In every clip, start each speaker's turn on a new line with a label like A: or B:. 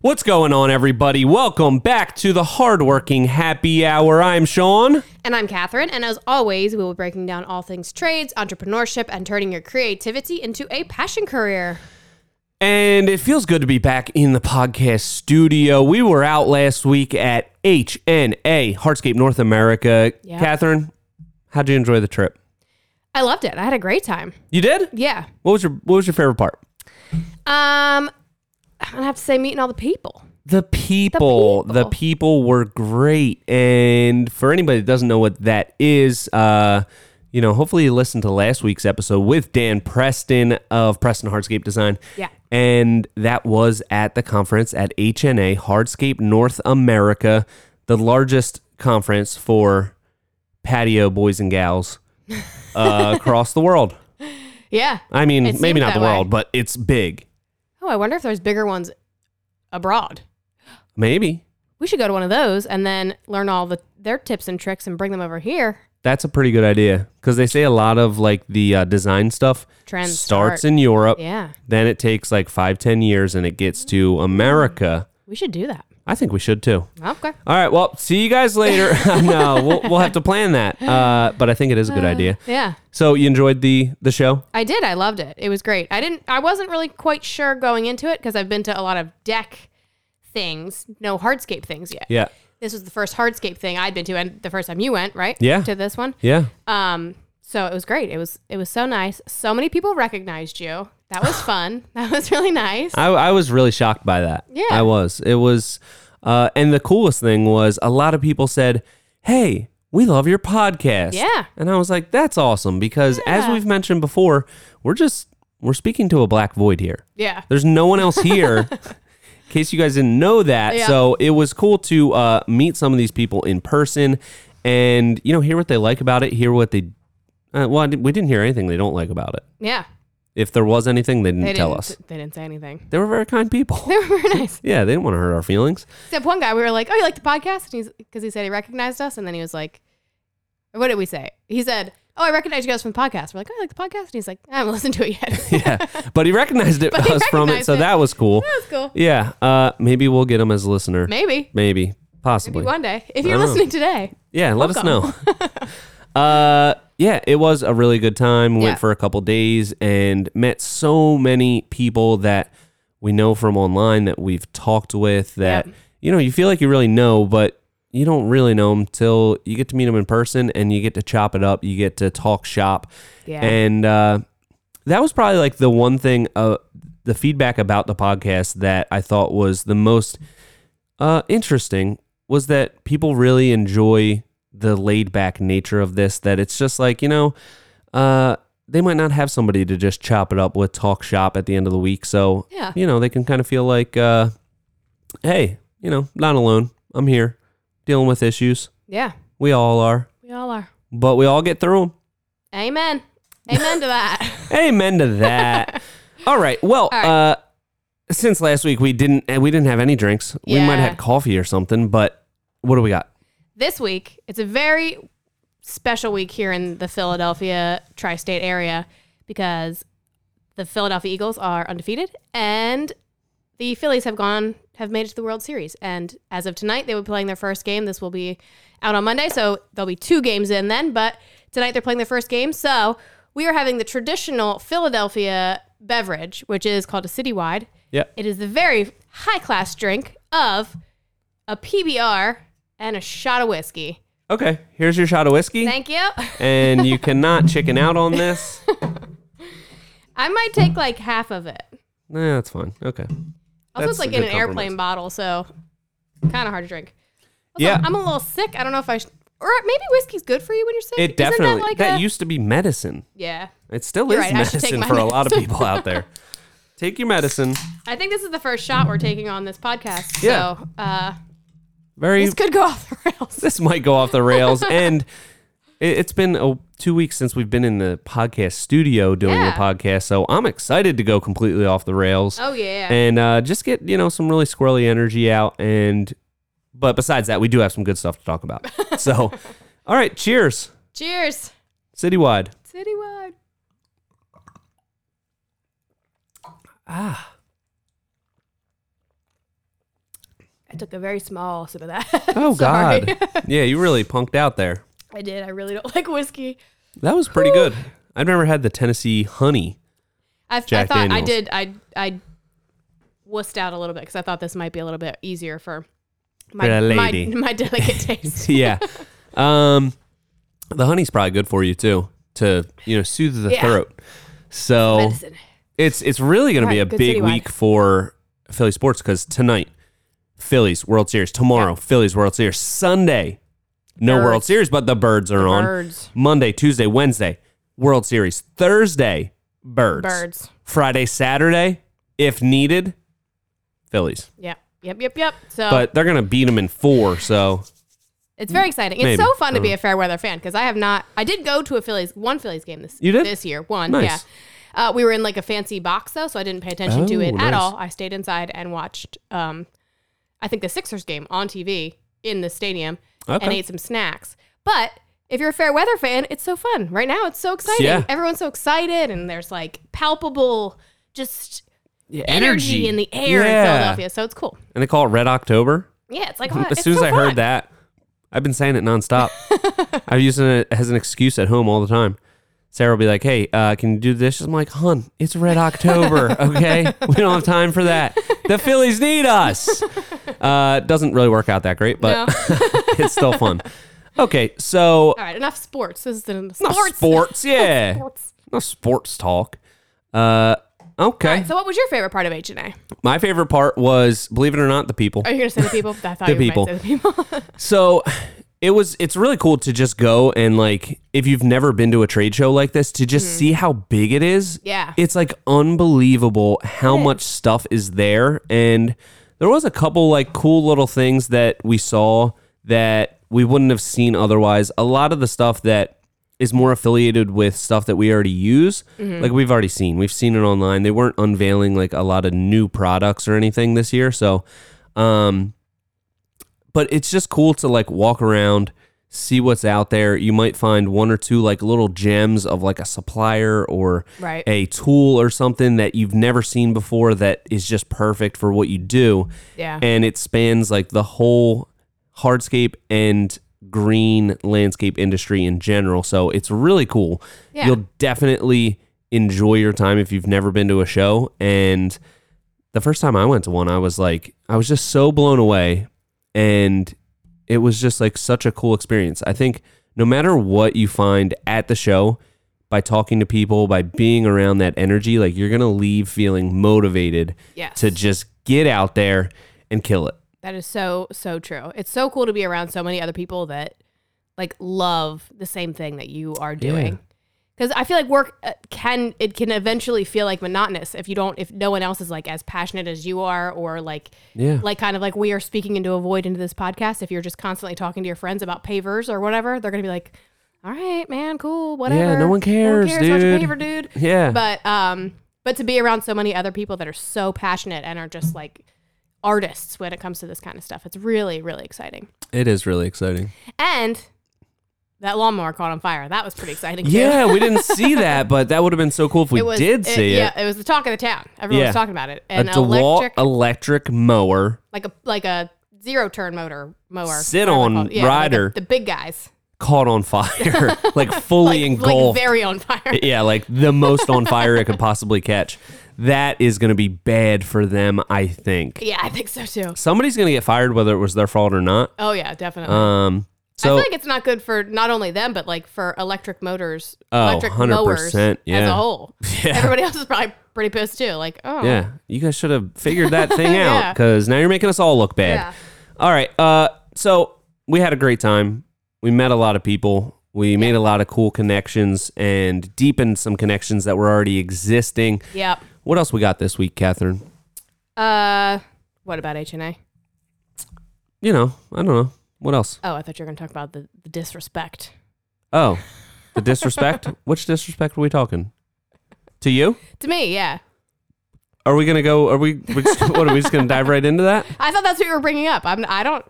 A: What's going on, everybody? Welcome back to the Hardworking Happy Hour. I'm Sean.
B: And I'm Catherine, and as always, we will be breaking down all things trades, entrepreneurship, and turning your creativity into a passion career.
A: And it feels good to be back in the podcast studio. We were out last week at HNA, Heartscape North America.
B: Yeah.
A: Catherine, how'd you enjoy the trip?
B: I loved it. I had a great time.
A: You did?
B: Yeah.
A: What was your what was your favorite part?
B: Um, I have to say, meeting all the people.
A: The people, the people, were great. And for anybody that doesn't know what that is, uh, you know, hopefully you listened to last week's episode with Dan Preston of Preston Hardscape Design.
B: Yeah.
A: And that was at the conference at HNA Hardscape North America, the largest conference for patio boys and gals uh, across the world.
B: Yeah.
A: I
B: It
A: mean,
B: seemed
A: maybe not
B: that
A: the
B: way.
A: world, but it's big.
B: Oh, I wonder if there's bigger ones abroad.
A: Maybe.
B: We should go to one of those and then learn all the their tips and tricks and bring them over here.
A: That's a pretty good idea because they say a lot of like the uh, design stuff
B: Trends
A: starts
B: start.
A: in Europe,
B: Yeah, Mm-hmm.
A: then it takes like five, ten years, and it gets to America.
B: we should do that.
A: I think we should too.
B: Okay.
A: All right, well, see you guys later. no, we'll, we'll have to plan that, uh, but I think it is a good idea.
B: Yeah,
A: So you enjoyed the the show?
B: I did. I loved it. It was great. I didn't. I wasn't really quite sure going into it because I've been to a lot of deck things, no hardscape things yet.
A: Yeah,
B: This was the first hardscape thing I'd been to, and the first time you went, right?
A: Yeah.
B: To this one.
A: yeah.
B: Um. So it was great. It was it was so nice. So many people recognized you. That was fun. that was really nice.
A: I, I was really shocked by that.
B: Yeah.
A: I was. It was, uh, and the coolest thing was a lot of people said, "Hey, we love your podcast."
B: Yeah.
A: and I was like, "That's awesome!" Because as we've mentioned before, we're just we're speaking to a black void here.
B: yeah.
A: There's no one else here. in case you guys didn't know that,
B: Yeah.
A: so it was cool to uh, meet some of these people in person, and you know, hear what they like about it. Hear what they. Uh, well, I di- we didn't hear anything they don't like about it.
B: Yeah.
A: If there was anything, they didn't
B: They
A: tell
B: didn't,
A: us.
B: They didn't say anything.
A: They were very kind people.
B: They were very nice.
A: Yeah, they didn't want to hurt our feelings.
B: Except one guy, we were like, "Oh, you like the podcast?" And he's because he said he recognized us, and then he was like, "What did we say?" He said, "Oh, I recognize you guys from the podcast." We're like, "Oh, I like the podcast," and he's like, "I haven't listened to it yet."
A: Yeah, but he recognized it
B: But
A: us
B: he
A: from it,
B: recognized
A: so
B: it.
A: that was cool.
B: That's cool.
A: Yeah, uh, maybe we'll get him as a listener.
B: Maybe.
A: Maybe, possibly.
B: Maybe one day. If
A: I
B: you're
A: don't know.
B: listening today,
A: yeah, let
B: Welcome.
A: us know. uh, yeah, it was a really good time.
B: Yeah.
A: Went for a couple days and met so many people that we know from online that we've talked with. That
B: Yep.
A: you know, you feel like you really know, but you don't really know them till you get to meet them in person and you get to chop it up. You get to talk shop.
B: Yeah.
A: And uh, that was probably like the one thing, uh, the feedback about the podcast that I thought was the most uh, interesting was that people really enjoy the laid back nature of this, that it's just like, you know, uh, they might not have somebody to just chop it up with talk shop at the end of the week. So,
B: Yeah.
A: you know, they can kind of feel like, uh, hey, you know, not alone. I'm here dealing with issues.
B: yeah,
A: We all are,
B: we all are.
A: but we all get through them.
B: Amen. Amen to that.
A: Amen to that. All right. Well,
B: All right.
A: Uh, since last week we didn't eh, we didn't have any drinks. We might
B: Yeah.
A: have had coffee or something, but what do we got?
B: this week, it's a very special week here in the Philadelphia tri-state area because the Philadelphia Eagles are undefeated and the Phillies have gone have made it to the World Series. And as of tonight, they will be playing their first game. This will be out on Monday, so there'll be two games in then. But tonight they're playing their first game, so we are having the traditional Philadelphia beverage, which is called a citywide.
A: Yeah.
B: It is the very high class drink of a PBR and a shot of whiskey.
A: Okay. Here's your shot of whiskey.
B: Thank you.
A: and you cannot chicken out on this.
B: I might take like half of it.
A: nah, that's fine. Okay.
B: Also,
A: That's
B: it's
A: a
B: like in
A: good
B: an airplane bottle, so kind of hard to drink. Also,
A: Yeah.
B: I'm a little sick. I don't know if I sh- or maybe whiskey's good for you when you're sick.
A: It definitely
B: Isn't that like a-
A: used to be medicine.
B: yeah.
A: It still is
B: You're right, I should take
A: medicine
B: my
A: for a lot of
B: medicine.
A: people out there. Take your medicine.
B: I think this is the first shot we're taking on this podcast.
A: Yeah.
B: So uh,
A: Very
B: this could go off the rails.
A: this might go off the rails and it, it's been oh, two weeks since we've been in the podcast studio doing
B: Yeah.
A: the podcast so i'm excited to go completely off the rails
B: Oh yeah.
A: and uh, just get you know some really squirrely energy out and but besides that we do have some good stuff to talk about so all right cheers
B: Cheers.
A: citywide
B: Citywide.
A: ah
B: I took a very small sip of that.
A: Oh
B: Sorry.
A: God. yeah, you really punked out there.
B: I did. I really don't like whiskey.
A: That was pretty good. I've never had the Tennessee honey.
B: I, I thought
A: Jack
B: I
A: Daniels.
B: did. I I wussed out a little bit because I thought this might be a little bit easier for my
A: For the
B: my,
A: lady.
B: my delicate taste.
A: yeah. Um, the honey's probably good for you too to you know soothe the
B: Yeah.
A: throat. So
B: Medicine.
A: it's it's really going to be
B: Right,
A: a
B: good
A: big
B: citywide.
A: week for Philly sports because tonight Phillies World Series, tomorrow Phillies World Series, Sunday no
B: Birds.
A: World Series, but the birds are on.
B: Birds.
A: Monday, Tuesday, Wednesday World Series, Thursday birds,
B: Birds.
A: Friday, Saturday if needed Phillies,
B: Yeah. Yep. Yep. Yep. So
A: but they're going to beat them in four. So
B: it's very exciting. It's
A: Mm, Maybe. Uh-huh.
B: so fun to
A: I
B: be a fair weather fan because I have not. I did go to a Phillies one Phillies game this
A: You did?
B: this year. One.
A: Nice.
B: Yeah. Uh, we were in like a fancy box though, so I didn't pay attention
A: Oh,
B: to it
A: nice.
B: at all. I stayed inside and watched. Um, I think the Sixers game on TV in the stadium and
A: Okay.
B: ate some snacks. But if you're a fair weather fan, it's so fun. Right now, it's so exciting.
A: Yeah.
B: Everyone's so excited, and there's like palpable just energy, in the air
A: Yeah.
B: in Philadelphia. So it's cool.
A: and they call it Red October.
B: Yeah, it's like oh,
A: as
B: it's
A: soon as
B: so
A: I
B: fun.
A: heard that, I've been saying it nonstop. I've used it as an excuse at home all the time. Sarah will be like, "Hey, uh, can you do this?" I'm like, "Hun, it's Red October, okay? we don't have time for that. The Phillies need us." Uh, it doesn't really work out that great, but it's still fun. Okay, so
B: All right, enough sports. This is the
A: not
B: sports.
A: sports, yeah,
B: Sports.
A: no sports talk. Uh, okay,
B: So, what was your favorite part of H and A?
A: my favorite part was, believe it or not, the people.
B: Are you going to say the people? I thought
A: The
B: you
A: people.
B: might say the people.
A: So it was it's really cool to just go and like if you've never been to a trade show like this to just see how big it is.
B: Yeah.
A: It's like unbelievable how much stuff is there and there was a couple like cool little things that we saw that we wouldn't have seen otherwise. A lot of the stuff that is more affiliated with stuff that we already use. Like we've already seen. We've seen it online. They weren't unveiling like a lot of new products or anything this year. So um but it's just cool to like walk around see what's out there you might find one or two like little gems of like a supplier or
B: Right.
A: a tool or something that you've never seen before that is just perfect for what you do
B: Yeah.
A: and it spans like the whole hardscape and green landscape industry in general so it's really cool
B: Yeah.
A: you'll definitely enjoy your time if you've never been to a show and the first time I went to one, I was like, I was just so blown away. And it was just like such a cool experience. I think no matter what you find at the show, by talking to people, by being around that energy, like you're going to leave feeling motivated
B: Yes.
A: to just get out there and kill it.
B: That is so so true. It's so cool to be around so many other people that like love the same thing that you are doing. Cuz I feel like work uh, can it can eventually feel like monotonous if you don't if no one else is like as passionate as you are or like
A: Yeah.
B: like kind of like we are speaking into a void into this podcast if you're just constantly talking to your friends about pavers or whatever, they're going to be like, "All right, man, cool, whatever."
A: no one cares,
B: about your
A: dude."
B: paver, dude.
A: Yeah.
B: But um but to be around so many other people that are so passionate and are just like artists when it comes to this kind of stuff. It's really, really exciting.
A: it is really exciting.
B: And that lawnmower caught on fire. That was pretty exciting. too.
A: Yeah. We didn't see that, but that would have been so cool if we
B: it was,
A: did see it.
B: Yeah, it was the talk of the town. Everyone
A: Yeah.
B: was talking about it.
A: A
B: And
A: DeWalt
B: electric,
A: electric mower
B: like a like a zero turn motor mower,
A: Sit
B: whatever
A: on
B: they're called. like
A: rider.
B: the, the big guys,
A: caught on fire, like fully
B: like, like
A: engulfed.
B: very on fire.
A: yeah, like the most on fire it could possibly catch. That is going to be bad for them, I think.
B: yeah, I think so too.
A: Somebody's going to get fired whether it was their fault or not.
B: Oh yeah, definitely.
A: Um
B: I
A: so
B: feel like it's not good for not only them, but like for electric motors,
A: Oh,
B: electric
A: 100%,
B: mowers as
A: yeah.
B: a whole. Everybody else is probably pretty pissed too. Like, oh,
A: yeah, you guys should have figured that thing
B: Yeah.
A: out cuz now you're making us all look bad.
B: Yeah.
A: All right. Uh so we had a great time. We met a lot of people. We made a lot of cool connections and deepened some connections that were already existing.
B: yep.
A: What else we got this week, Catherine?
B: Uh, what about H and A?
A: You know, I don't know. What else?
B: Oh, I thought you were going to talk about the, the disrespect.
A: Oh, the disrespect? Which disrespect are we talking? To you?
B: To me, yeah.
A: Are we gonna go? Are we? we just, what are we just gonna dive right into that?
B: I thought that's what you were bringing up. I'm. I don't.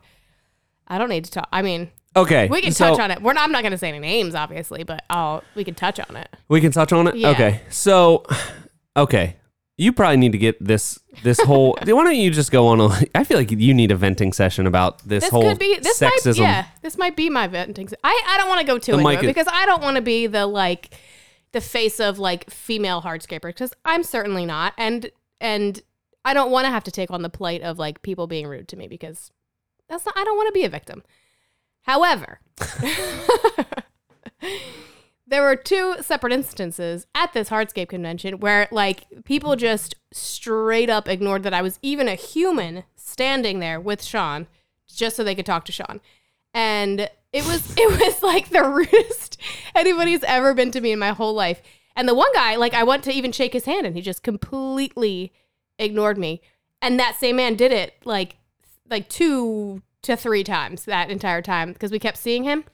B: I don't need to talk. I mean,
A: Okay,
B: we can
A: so
B: touch on it. We're not. I'm not going to say any names, obviously, but I'll. We can touch on it.
A: We can touch on it.
B: Yeah.
A: Okay, so okay, you probably need to get this this whole. why don't you just go on? A, I feel like you need a venting session about this,
B: This
A: whole
B: could be this
A: sexism.
B: might yeah this might be my venting. se- I I don't want to go too
A: The
B: into
A: mic
B: it
A: is-
B: because I don't want to be the like the face of like female hardscaper because I'm certainly not and and I don't want to have to take on the plight of like people being rude to me because that's not I don't want to be a victim. However, there were two separate instances at this hardscape convention where like people just straight up ignored that I was even a human standing there with Sean just so they could talk to Sean. And it was it was like the rudest anybody's ever been to me in my whole life. And the one guy, like I went to even shake his hand and he just completely ignored me. And that same man did it like like two to three times that entire time because we kept seeing him.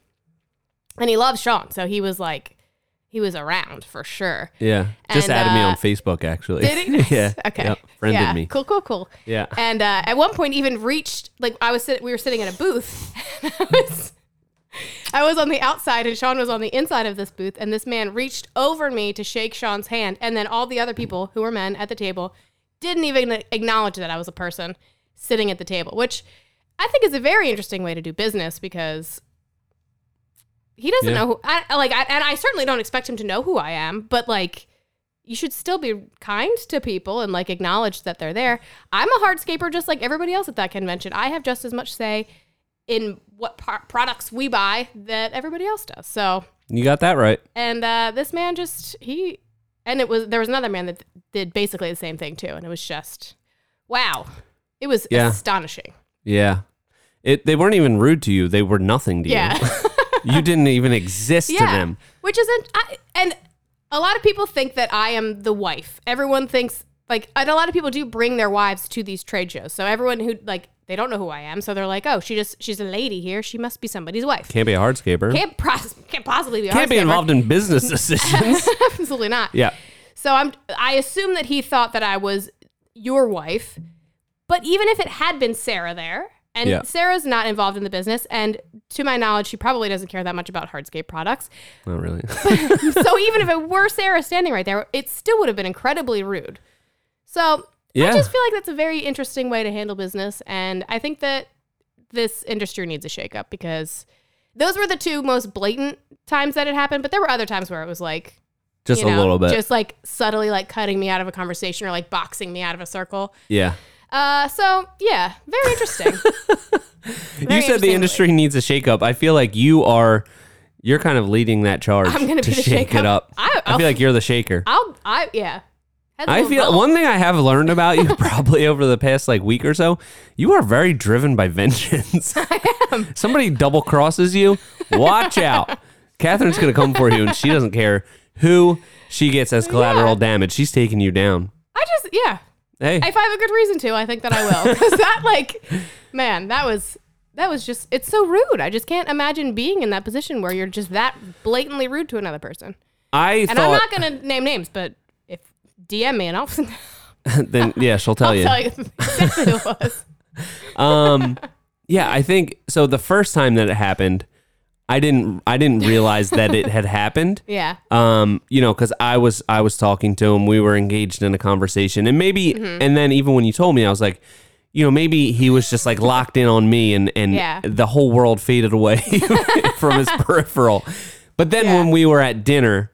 B: And he loves Sean, so he was like he was around for sure.
A: Yeah, just
B: And,
A: added me
B: uh,
A: on Facebook actually.
B: Did he?
A: yeah.
B: Okay.
A: Yep. Friended
B: yeah.
A: me.
B: Cool, cool, cool.
A: Yeah.
B: And uh, at one point, even reached like I was sit- we were sitting at a booth. I was I was on the outside and Sean was on the inside of this booth, and this man reached over me to shake Sean's hand, and then all the other people who were men at the table didn't even acknowledge that I was a person sitting at the table, which I think is a very interesting way to do business because he doesn't
A: Yeah.
B: know who I I- like, I, and I certainly don't expect him to know who I am, but like you should still be kind to people and like acknowledge that they're there. I'm a hardscaper just like everybody else at that convention. I have just as much say in what par- products we buy that everybody else does. So,
A: You got that right.
B: and uh, this man just he and it was there was another man that did basically the same thing too, and it was just wow, it was
A: Yeah.
B: astonishing.
A: Yeah. It, they weren't even rude to you. They were nothing to
B: Yeah.
A: you. you didn't even exist to them.
B: Which isn't, I, and a lot of people think that I am the wife. Everyone thinks, like, and a lot of people do bring their wives to these trade shows. So everyone who, like, they don't know who I am. So they're like, oh, she just, she's a lady here. She must be somebody's wife.
A: Can't
B: Can't,
A: be a hardscaper. Can't,
B: pros- can't possibly be. a
A: be
B: hardscaper.
A: involved in business decisions.
B: Absolutely not.
A: yeah.
B: So I'm, I assume that he thought that I was your wife. But even if it had been Sarah there, and
A: Yeah.
B: Sarah's not involved in the business, and to my knowledge, she probably doesn't care that much about hardscape products.
A: Not really.
B: so even if it were Sarah standing right there, it still would have been incredibly rude. So I
A: Yeah.
B: just feel like that's a very interesting way to handle business, and I think that this industry needs a shakeup because those were the two most blatant times that it happened. But there were other times where it was like
A: Just
B: you
A: a
B: know,
A: little bit.
B: just like subtly like cutting me out of a conversation or like boxing me out of a circle.
A: yeah.
B: Uh, so yeah, very interesting.
A: you said the
B: interestingly.
A: industry needs a shakeup. I feel like you are. You're kind of leading that charge
B: I'm gonna
A: to
B: be the
A: shake it
B: shakeup.
A: up.
B: I-
A: I feel like you're the shaker.
B: I'll, I yeah. Heads
A: I
B: will
A: feel
B: roll.
A: one thing I have learned about you probably over the past like week or so, you are very driven by vengeance. I am. Somebody double crosses you, watch out. Catherine's gonna come for you and she doesn't care who she gets as collateral damage. She's taking you down.
B: I just yeah.
A: Hey.
B: if I have a good reason to, I think that I will. 'Cause that like, man, that was that was just it's so rude. I just can't imagine being in that position where you're just that blatantly rude to another person.
A: I
B: And I'm
A: thought
B: not gonna name names, but if DM me and I'll,
A: then yeah, she'll tell
B: I'll
A: you.
B: tell you exactly who it was.
A: Um, yeah, I think so. The first time that it happened, I didn't I didn't realize that it had happened.
B: Yeah.
A: um you know because i was i was talking to him we were engaged in a conversation and maybe
B: Mm-hmm.
A: and then even when you told me i was like you know maybe he was just like locked in on me and and
B: Yeah.
A: the whole world faded away from his peripheral but then
B: Yeah.
A: when we were at dinner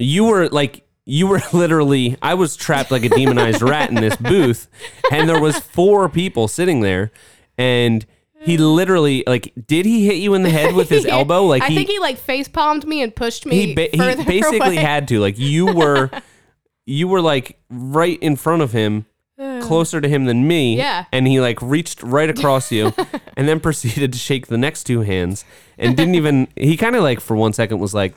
A: you were like you were literally i was trapped like a demonized rat in this booth and there was four people sitting there and he literally like did he hit you in the head with his elbow like
B: I
A: he,
B: think he like face palmed me and pushed me.
A: he, ba-
B: further
A: he basically
B: away.
A: had to like you were you were like right in front of him closer to him than me
B: Hmm. Yeah.
A: and he like reached right across you and then proceeded to shake the next two hands and didn't even he kind of like for one second was like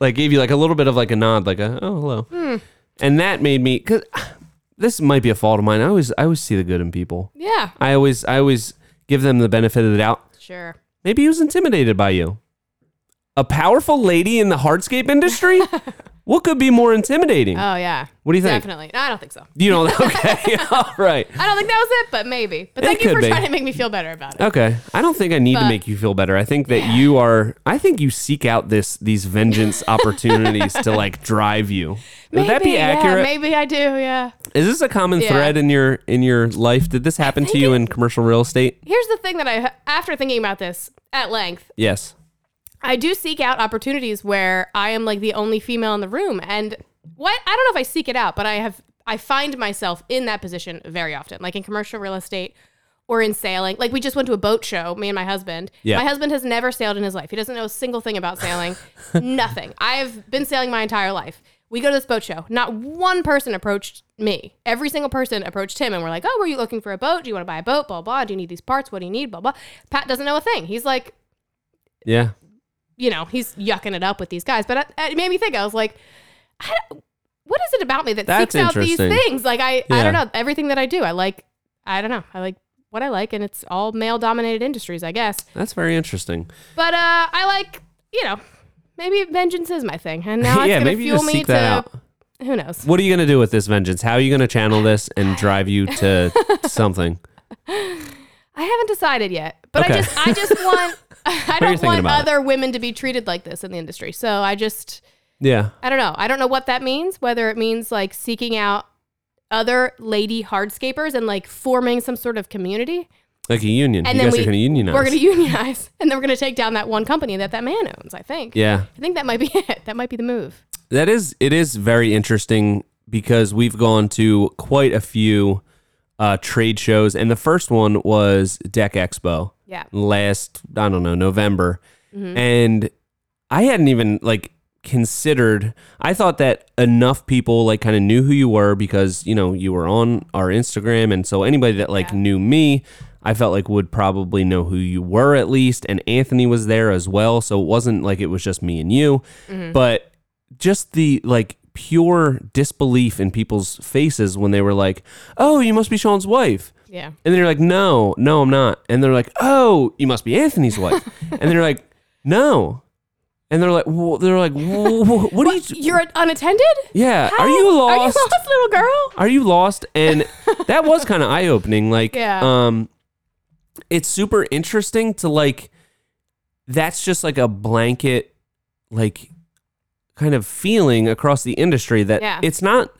A: like gave you like a little bit of like a nod like a oh hello
B: Hmm.
A: and that made me because this might be a fault of mine i always i always see the good in people
B: yeah.
A: i always i always give them the benefit of the doubt
B: Sure.
A: Maybe he was intimidated by you. A powerful lady in the hardscape industry? What could be more intimidating?
B: Oh yeah.
A: What do you think?
B: Definitely. No, I don't think so.
A: You know, okay, all right.
B: I don't think that was it, but maybe. But
A: It
B: thank you
A: could
B: for
A: be.
B: trying to make me feel better about it.
A: Okay. I don't think I need to
B: But-
A: make you feel better. I think that you are I think you seek out this these vengeance opportunities to like drive you. Would that be
B: Maybe, yeah,
A: accurate?
B: maybe I do. Yeah.
A: Is this a common
B: Yeah.
A: thread in your in your life? Did this happen to you in commercial real estate?
B: Here's the thing that I, after thinking about this at length,
A: Yes.
B: I do seek out opportunities where I am like the only female in the room. And what I don't know if I seek it out, but I have I find myself in that position very often, like in commercial real estate or in sailing. Like we just went to a boat show, me and my husband.
A: Yeah.
B: My husband has never sailed in his life. He doesn't know a single thing about sailing. nothing. I've been sailing my entire life. We go to this boat show. Not one person approached me. Every single person approached him and we're like, Oh, were you looking for a boat? Do you want to buy a boat? Blah blah. Do you need these parts? What do you need? Blah blah. Pat doesn't know a thing. He's like
A: Yeah.
B: you know, he's yucking it up with these guys. But I, it made me think. I was like, I, don't- what is it about me that
A: That's
B: seeks out these
A: interesting.
B: things? Like I, I
A: Yeah.
B: don't know. Everything that I do, I like. I don't know. I like what I like, and it's all male-dominated industries, I guess.
A: That's very interesting.
B: But uh, I like, you know, maybe vengeance is my thing, and
A: yeah,
B: now it's gonna
A: maybe you
B: fuel
A: just
B: me
A: seek
B: to
A: that out.
B: who knows.
A: What are you gonna do with this vengeance? How are you gonna channel this and drive you to something?
B: I haven't decided yet, but
A: Okay.
B: I just, I just want, I
A: you
B: don't
A: thinking
B: want
A: about it?
B: other women to be treated like this in the industry. So I just.
A: Yeah.
B: I don't know. I don't know what that means, whether it means like seeking out other lady hardscapers and like forming some sort of community.
A: Like a union.
B: And
A: you
B: then
A: guys
B: we-
A: are gonna unionize.
B: We're going to unionize and then we're going to take down that one company that that man owns, I think.
A: yeah.
B: I think that might be it. That might be the move.
A: That is it is very interesting because we've gone to quite a few uh, trade shows, and the first one was Deck Expo
B: Yeah.
A: last I don't know November, and I hadn't even like considered. I thought that enough people like kind of knew who you were because you know you were on our Instagram, and so anybody that like
B: Yeah.
A: knew me. I felt like would probably know who you were at least, and Anthony was there as well, so it wasn't like it was just me and you, but just the like pure disbelief in people's faces when they were like, "Oh, you must be Sean's wife,"
B: Yeah.
A: and they're like, no, no, I'm not. And they're like, oh, you must be Anthony's wife. and they're like, no. And they're like, wh- they're like, wh- wh- what are you? t-
B: You're unattended?
A: yeah,
B: How-
A: are you
B: Are you
A: lost?
B: lost, little girl?
A: Are you lost? And that was kind of eye opening. Like,
B: Yeah.
A: um, it's super interesting to like. That's just like a blanket, like, kind of feeling across the industry that
B: Yeah.
A: it's not.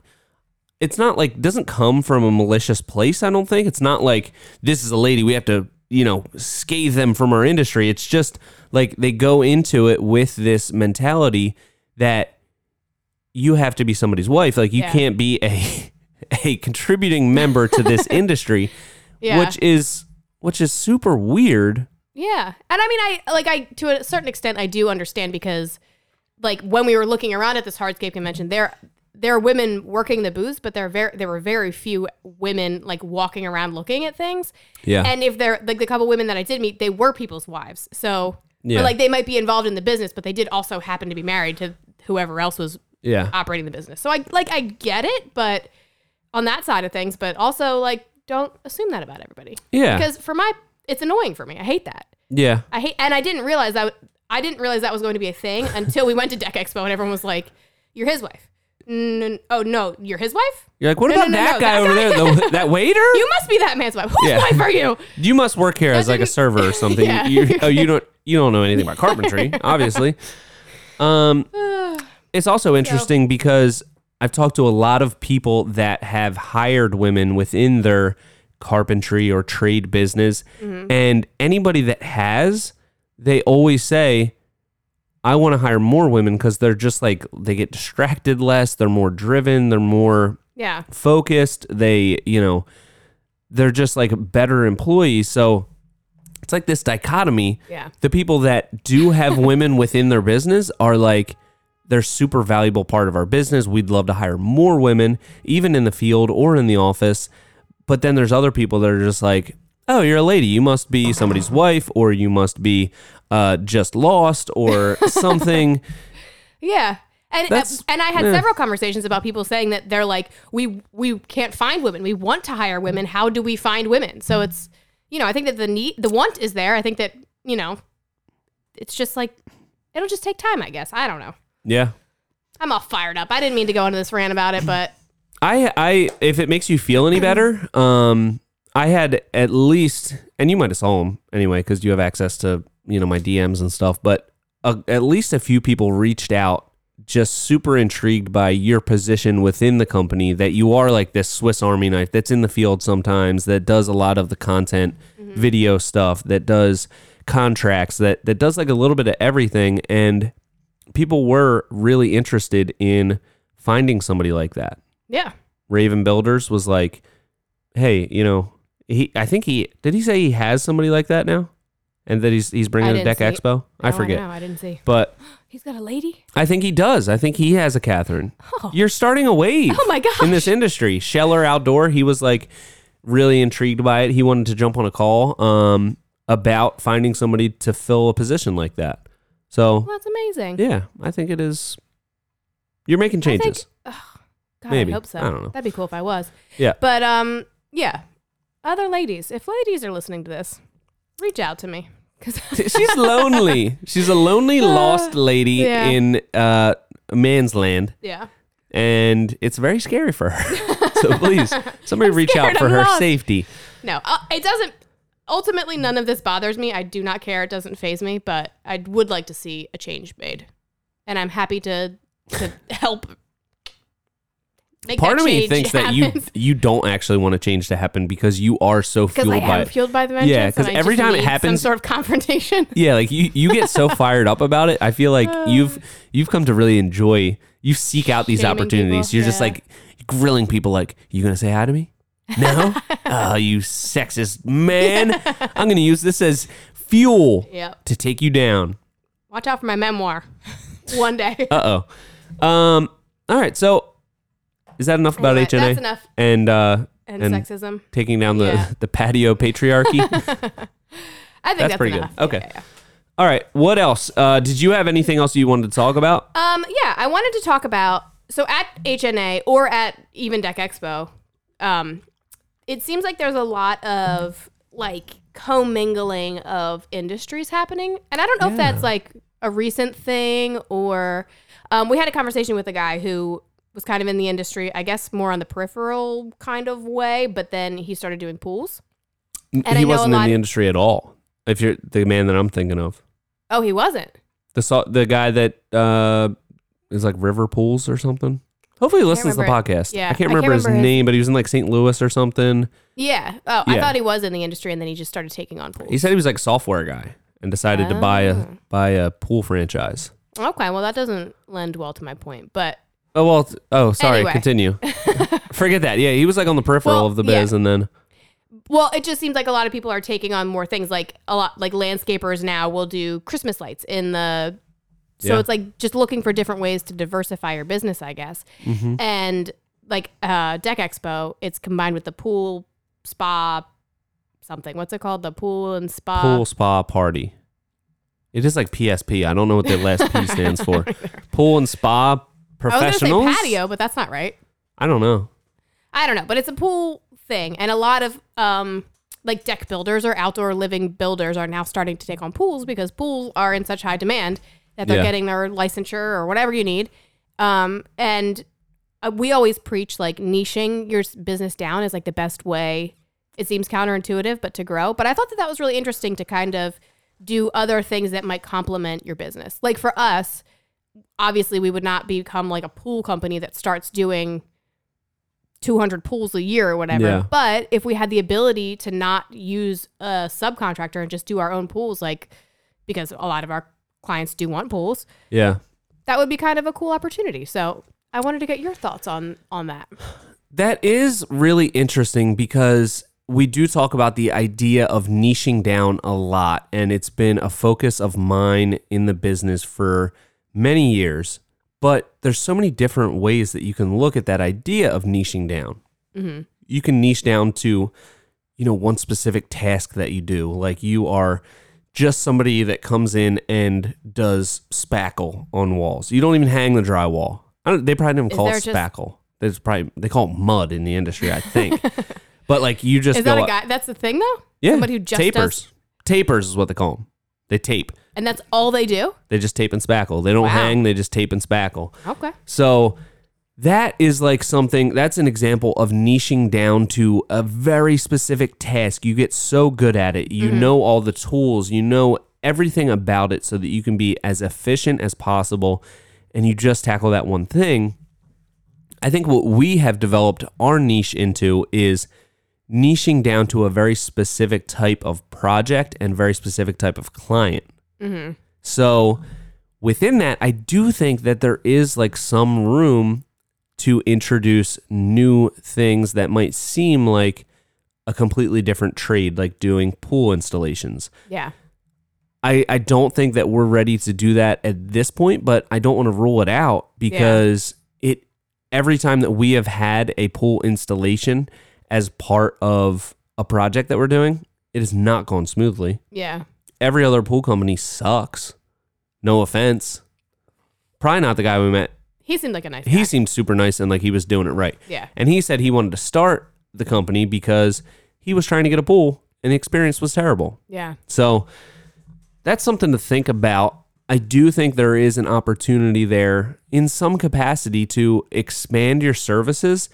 A: It's not like doesn't come from a malicious place. I don't think it's not like this is a lady we have to you know scathe them from our industry. It's just like they go into it with this mentality that you have to be somebody's wife. Like you
B: Yeah.
A: can't be a a contributing member to this industry,
B: Yeah.
A: which is which is super weird.
B: Yeah. And I mean, I like, I, to a certain extent, I do understand because, like, when we were looking around at this hardscape convention, there, there are women working the booths, but there are very, there were very few women, like, walking around looking at things.
A: Yeah.
B: And if they're, like, the couple women that I did meet, they were people's wives. So,
A: Yeah.
B: or, like, they might be involved in the business, but they did also happen to be married to whoever else was
A: yeah.
B: operating the business. So, I, like, I get it, but on that side of things, but also, like, don't assume that about everybody.
A: Yeah.
B: Because for my, it's annoying for me. I hate that.
A: yeah.
B: I hate, and I didn't realize that I didn't realize that was going to be a thing until we went to Deck Expo and everyone was like, "You're his wife." N- oh no, you're his wife.
A: You're like, what
B: No,
A: about
B: no, no,
A: that
B: no,
A: guy
B: that
A: over there? The, that waiter? You,
B: You must be that man's wife. Whose
A: Yeah.
B: wife are you?
A: must work here as like a
B: didn't-
A: server or something.
B: Yeah.
A: You, oh, you don't you don't know anything about carpentry, obviously. Um, it's also interesting because I've talked to a lot of people that have hired women within their carpentry or trade business. And anybody that has, they always say, I want to hire more women because they're just like, they get distracted less, they're more driven, they're more
B: Yeah,
A: focused. They, you know, they're just like better employees. So it's like this dichotomy.
B: Yeah.
A: The people that do have women within their business are like, they're super valuable part of our business. We'd love to hire more women, even in the field or in the office. But then there's other people that are just like, oh, you're a lady. You must be somebody's wife, or you must be uh, just lost, or something.
B: yeah. And uh,
A: That's-
B: and I had
A: yeah.
B: several conversations about people saying that they're like, "We we can't find women. We want to hire women. How do we find women?" So it's, you know, I think that the need, the want is there. I think that you know, it's just like, it'll just take time. I guess I don't know.
A: yeah.
B: I'm all fired up. I didn't mean to go into this rant about it, but
A: I I if it makes you feel any better, um, I had at least, and you might have saw them anyway because you have access to you know my DMs and stuff. But uh, at least a few people reached out, just super intrigued by your position within the company that you are like this Swiss Army knife that's in the field sometimes that does a lot of the content, video stuff that does contracts that that does like a little bit of everything and people were really interested in finding somebody like that
B: yeah.
A: Raven Builders was like, "Hey, you know, he I think he did he say he has somebody like that now, and that he's he's
B: I
A: bringing a
B: didn't
A: Deck
B: see it.
A: Expo. I
B: Now
A: forget,
B: know. Oh, I didn't see.
A: but
B: He's got a lady.
A: I think he does. I think he has a Catherine. You're starting a wave.
B: Oh my gosh.
A: In this industry, Scheller Outdoor, he was like really intrigued by it. He wanted to jump on a call um about finding somebody to fill a position like that. So
B: Well, that's amazing.
A: yeah, I think it is. You're making
B: I think-
A: changes.
B: ugh, God,
A: Maybe.
B: I hope so.
A: I don't know.
B: That'd be cool if I was.
A: Yeah.
B: But um, yeah. Other ladies, if ladies are listening to this, reach out to me because
A: She's lonely. She's a lonely, lost lady
B: Yeah.
A: in uh, man's land,
B: yeah,
A: and it's very scary for her. so please, somebody reach out
B: scared,
A: for
B: I'm
A: her
B: lost.
A: safety.
B: no, uh, it doesn't. Ultimately, none of this bothers me. I do not care. It doesn't phase me, but I would like to see a change made, and I'm happy to to help. Make
A: Part
B: that
A: of me
B: change
A: thinks that you
B: happen.
A: you don't actually want a change to happen because you are so
B: because
A: fueled
B: I
A: by
B: am
A: it.
B: fueled by the vengeance.
A: Yeah,
B: and
A: 'cause
B: I
A: every
B: just
A: time it
B: need some
A: happens-
B: sort of confrontation.
A: yeah, like you, you get so fired up about it. I feel like
B: Uh.
A: you've you've come to really enjoy. You seek out these
B: Shaming
A: opportunities.
B: people,
A: You're just
B: yeah.
A: like grilling people. Like, you gonna say hi to me? No, oh, you sexist man! I'm gonna use this as fuel
B: Yep.
A: to take you down.
B: Watch out for my memoir. One day.
A: Uh oh. Um. All right. So, is that enough about
B: Anyway,
A: HNA?
B: that's enough.
A: And uh,
B: and, sexism.
A: taking down the
B: Yeah.
A: the patio patriarchy.
B: I think
A: that's
B: that's,
A: pretty
B: enough.
A: good. Okay.
B: Yeah, yeah, yeah.
A: all right. What else? Uh, did you have anything else you wanted to talk about?
B: Um, yeah, I wanted to talk about so at HNA or at even Deck Expo, um, it seems like there's a lot of like commingling of industries happening, and I don't know if that's like a recent thing or um, we had a conversation with a guy who was kind of in the industry, I guess more on the peripheral kind of way, but then he started doing pools. I
A: he
B: know a
A: wasn't in
B: lot-
A: the industry at all. If you're the man that I'm thinking of,
B: Oh, he wasn't.
A: the saw- the guy that uh, is like River Pools or something. Hopefully, he listens to the
B: remember
A: podcast.
B: Yeah,
A: I can't remember, his, name, but he was in like St. Louis or something.
B: Yeah. Oh, I
A: Yeah.
B: thought he was in the industry, and then he just started taking on pools.
A: He said he was like a software guy and decided to buy a
B: Oh.
A: buy a pool franchise.
B: Okay, well that doesn't lend well to my point, but
A: Oh well. t- Oh, sorry.
B: Anyway.
A: Continue. Forget that. Yeah, he was like on the peripheral
B: Well,
A: of the biz, and then
B: well, it just seems like a lot of people are taking on more things. Like a lot, like landscapers now will do Christmas lights in the. So
A: Yeah.
B: it's like just looking for different ways to diversify your business, I guess.
A: Mm-hmm.
B: And like uh, Deck Expo, it's combined with the pool, spa, something. What's it called? The pool and spa.
A: pool spa party. It is like PSP. I don't know what the last P stands for. Pool and spa
B: I was
A: professionals.
B: going to say patio, but that's not right.
A: I don't know.
B: I don't know, but it's a pool thing, and a lot of um, like deck builders or outdoor living builders are now starting to take on pools because pools are in such high demand that they're
A: Yeah.
B: getting their licensure or whatever you need. Um, and uh, we always preach like niching your s- business down is like the best way. It seems counterintuitive, but to grow. But I thought that that was really interesting to kind of do other things that might complement your business. Like for us, obviously, we would not become like a pool company that starts doing 200 pools a year or whatever.
A: Yeah.
B: But if we had the ability to not use a subcontractor and just do our own pools, like because a lot of our clients do want pools,
A: Yeah.
B: that would be kind of a cool opportunity. So I wanted to get your thoughts on on that.
A: That is really interesting because we do talk about the idea of niching down a lot, and it's been a focus of mine in the business for many years. But there's so many different ways that you can look at that idea of niching down. You can niche down to, you know, one specific task that you do. Like you are just somebody that comes in and does spackle on walls. You don't even hang the drywall. I don't, they probably don't call
B: there
A: it
B: just-
A: spackle. There's probably they call it mud in the industry, I think. but like you just
B: Is
A: go
B: that a
A: up-
B: guy? That's the thing though.
A: yeah,
B: Somebody who just
A: tapers.
B: does.
A: Tapers is what they call them. They tape.
B: And that's all they do?
A: They just tape and spackle. They don't
B: Wow.
A: hang, they just tape and spackle.
B: Okay.
A: So that is like something that's an example of niching down to a very specific task. You get so good at it. You know all the tools, you know everything about it so that you can be as efficient as possible and you just tackle that one thing. I think what we have developed our niche into is niching down to a very specific type of project and very specific type of client. So within that, I do think that there is like some room to introduce new things that might seem like a completely different trade, like doing pool installations.
B: Yeah.
A: I, I don't think that we're ready to do that at this point, but I don't want to rule it out because it every time that we have had a pool installation as part of a project that we're doing, it has not gone smoothly
B: Yeah.
A: every other pool company sucks. No offense. Probably not the guy we met.
B: He seemed like a nice guy.
A: He seemed super nice and like he was doing it right.
B: Yeah.
A: And he said he wanted to start the company because he was trying to get a pool and the experience was terrible.
B: Yeah.
A: So that's something to think about. I do think there is an opportunity there in some capacity to expand your services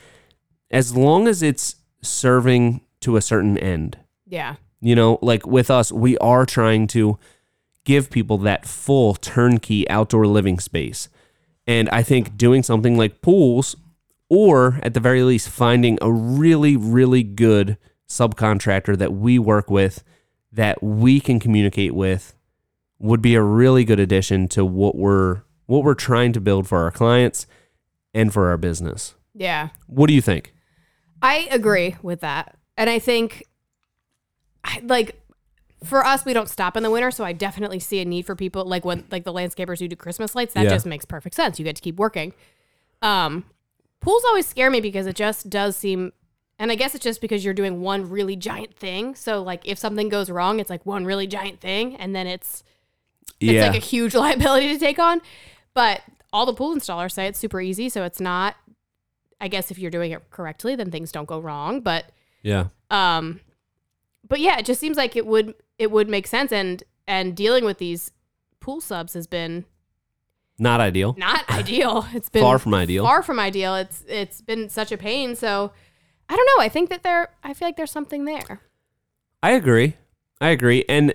A: as long as it's serving to a certain end.
B: Yeah.
A: You know, like with us, we are trying to give people that full turnkey outdoor living space. And I think doing something like pools, or at the very least, finding a really, really good subcontractor that we work with that we can communicate with would be a really good addition to what we're what we're trying to build for our clients and for our business.
B: Yeah.
A: What do you think?
B: I agree with that. And I think, I- like, for us, we don't stop in the winter. So I definitely see a need for people, like, when, like, the landscapers who do Christmas lights, that
A: Yeah.
B: just makes perfect sense. You get to keep working. Um, pools always scare me because it just does seem, and I guess it's just because you're doing one really giant thing. So, like, if something goes wrong, it's like one really giant thing. And then it's, it's like a huge liability to take on. But all the pool installers say it's super easy, so it's not. I guess if you're doing it correctly, then things don't go wrong. But
A: yeah.
B: um, but yeah, it just seems like it would it would make sense. And and dealing with these pool subs has been
A: Not ideal.
B: not ideal. It's been
A: Far from ideal.
B: Far from ideal. It's it's been such a pain. So I don't know. I think that there. I feel like there's something there.
A: I agree. I agree. And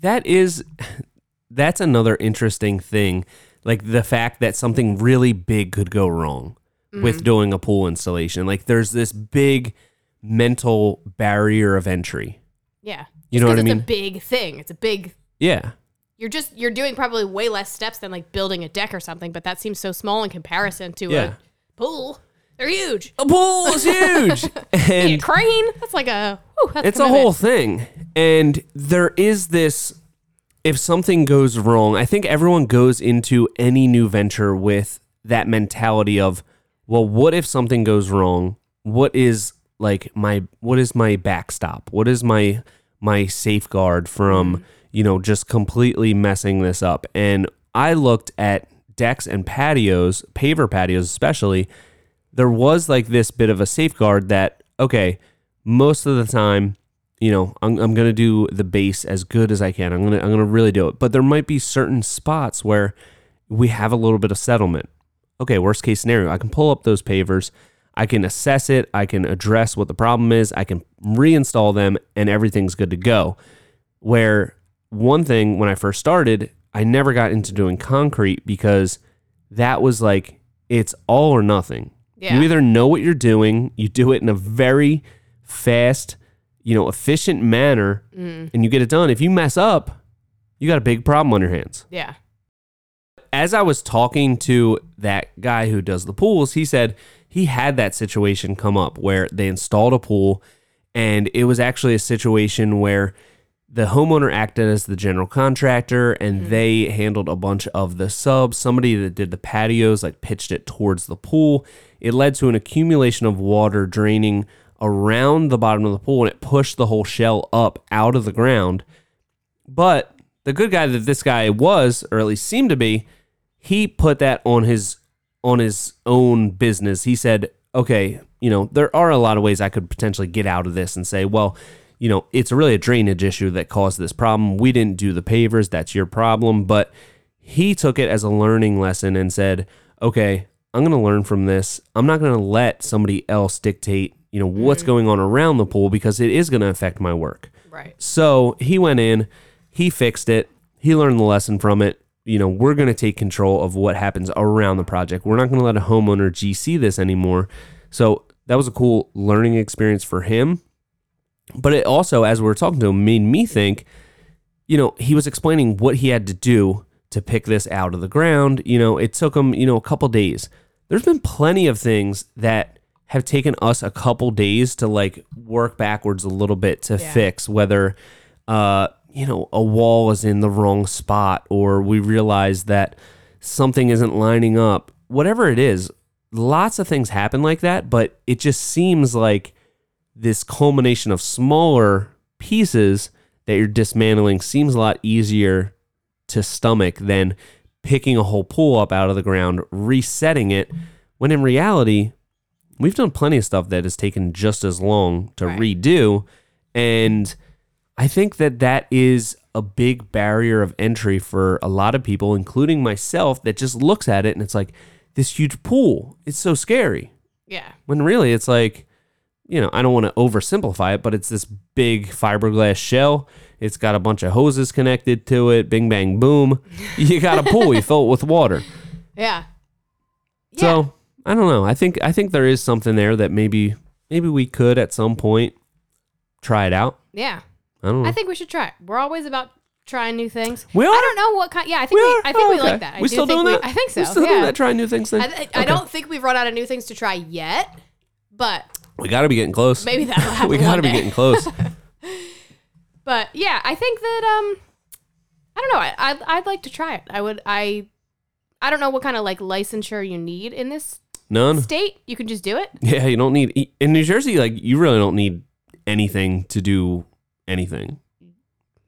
A: that is that's another interesting thing. Like the fact that something really big could go wrong with doing a pool installation. Like there's this big mental barrier of entry.
B: Yeah.
A: You
B: Just
A: know
B: 'cause
A: what I mean?
B: It's a big thing. It's a big
A: Yeah.
B: you're just you're doing probably way less steps than like building a deck or something, but that seems so small in comparison to
A: Yeah.
B: a pool. They're huge.
A: A pool is huge.
B: Need a
A: and
B: crane. That's like a whew, that's
A: it's a whole thing. And there is this if something goes wrong, I think everyone goes into any new venture with that mentality of, well, what if something goes wrong? What is like my what is my backstop? What is my my safeguard from, you know, just completely messing this up? And I looked at decks and patios, paver patios especially, there was like this bit of a safeguard that okay, most of the time you know, I'm, I'm gonna do the base as good as I can. I'm gonna I'm gonna really do it. But there might be certain spots where we have a little bit of settlement. Okay, worst case scenario, I can pull up those pavers, I can assess it, I can address what the problem is, I can reinstall them, and everything's good to go. Where one thing when I first started, I never got into doing concrete because that was like it's all or nothing.
B: Yeah.
A: You either know what you're doing, you do it in a very fast, you know, efficient manner, and you get it done. If you mess up, you got a big problem on your hands.
B: Yeah.
A: As I was talking to that guy who does the pools, he said he had that situation come up where they installed a pool, and it was actually a situation where the homeowner acted as the general contractor and they handled a bunch of the subs. Somebody that did the patios like pitched it towards the pool. It led to an accumulation of water draining around the bottom of the pool and it pushed the whole shell up out of the ground. But the good guy that this guy was, or at least seemed to be, he put that on his on his own business. He said, "Okay, you know, there are a lot of ways I could potentially get out of this and say, well, you know, it's really a drainage issue that caused this problem. We didn't do the pavers. That's your problem. But he took it as a learning lesson and said, okay, I'm going to learn from this. I'm not going to let somebody else dictate, you know, what's going on around the pool because it is going to affect my work.
B: Right.
A: So he went in, he fixed it, he learned the lesson from it. You know, we're going to take control of what happens around the project. We're not going to let a homeowner GC this anymore. So that was a cool learning experience for him. But it also, as we were talking to him, made me think, you know, he was explaining what he had to do to pick this out of the ground. You know, it took him, you know, a couple days. There's been plenty of things that have taken us a couple days to like work backwards a little bit to
B: Yeah.
A: fix, whether, uh, you know, a wall is in the wrong spot or we realize that something isn't lining up. Whatever it is, lots of things happen like that, but it just seems like this culmination of smaller pieces that you're dismantling seems a lot easier to stomach than picking a whole pool up out of the ground, resetting it, when in reality, we've done plenty of stuff that has taken just as long to
B: Right.
A: redo. And I think that that is a big barrier of entry for a lot of people, including myself, that just looks at it and it's like, this huge pool, it's so scary.
B: Yeah.
A: When really it's like, you know, I don't want to oversimplify it, but it's this big fiberglass shell. It's got a bunch of hoses connected to it. Bing, bang, boom. You got a pool. you fill it with water.
B: Yeah. Yeah.
A: So I don't know. I think I think there is something there that maybe maybe we could at some point try it out.
B: yeah.
A: I don't know.
B: I think we should try. it. We're always about trying new things.
A: We
B: I
A: are?
B: don't know what kind. Yeah, I think we,
A: are?
B: I think
A: Oh,
B: we
A: okay.
B: like that. I
A: we
B: do
A: still
B: think
A: doing
B: we-
A: that?
B: I think so.
A: We still
B: yeah.
A: doing that trying new things thing?
B: I, th- I
A: Okay.
B: don't think we've run out of new things to try yet, but
A: We gotta be getting close.
B: maybe that'll happen.
A: we
B: one
A: gotta be
B: day.
A: getting close.
B: But yeah, I think that um, I don't know. I I'd, I'd like to try it. I would. I I don't know what kind of like licensure you need in this
A: None.
B: state. You can just do it.
A: Yeah, you don't need e, in New Jersey. Like you really don't need anything to do anything.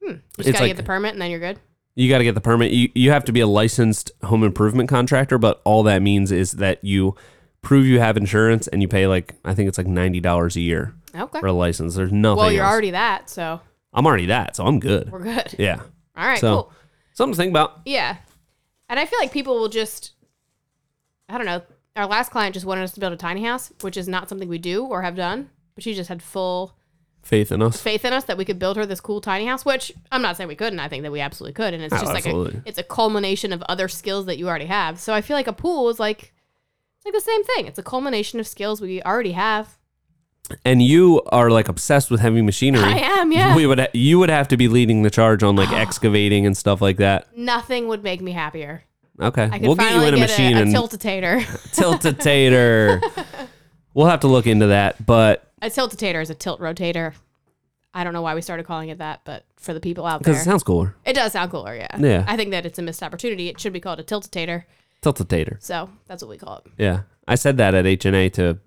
B: You just
A: It's
B: gotta
A: like-
B: get the permit and then you're good.
A: You got to get the permit. You you have to be a licensed home improvement contractor, but all that means is that you prove you have insurance and you pay like I think it's like ninety dollars a year
B: Okay.
A: for a license. There's nothing.
B: Well, you're
A: else.
B: already that, so
A: I'm already that, so I'm good.
B: we're good.
A: Yeah.
B: All right.
A: So
B: Cool.
A: something to think about.
B: Yeah. And I feel like people will just, I don't know. Our last client just wanted us to build a tiny house, which is not something we do or have done, but she just had full
A: Faith in us.
B: faith in us that we could build her this cool tiny house, which I'm not saying we couldn't. I think that we absolutely could. And it's
A: Oh,
B: just like a,
A: absolutely.
B: it's a culmination of other skills that you already have. So I feel like a pool is like, it's like the same thing. It's a culmination of skills we already have.
A: And you are like obsessed with heavy machinery.
B: I am, yeah.
A: We would ha- you would have to be leading the charge on like excavating and stuff like that.
B: Nothing would make me happier.
A: Okay,
B: I could
A: we'll get you
B: finally
A: in a
B: get,
A: machine
B: a, a
A: and
B: tilt-a-tator.
A: tilt-a-tater. we'll have to look into that, but
B: A tilt-a-tator is a tilt rotator. I don't know why we started calling it that, but for the people out
A: because it
B: there,
A: sounds cooler.
B: it does sound cooler. Yeah,
A: Yeah.
B: I think that it's a missed opportunity. It should be called a tilt-a-tater.
A: Tilt-a-tater.
B: So that's what we call it.
A: Yeah, I said that at HNA to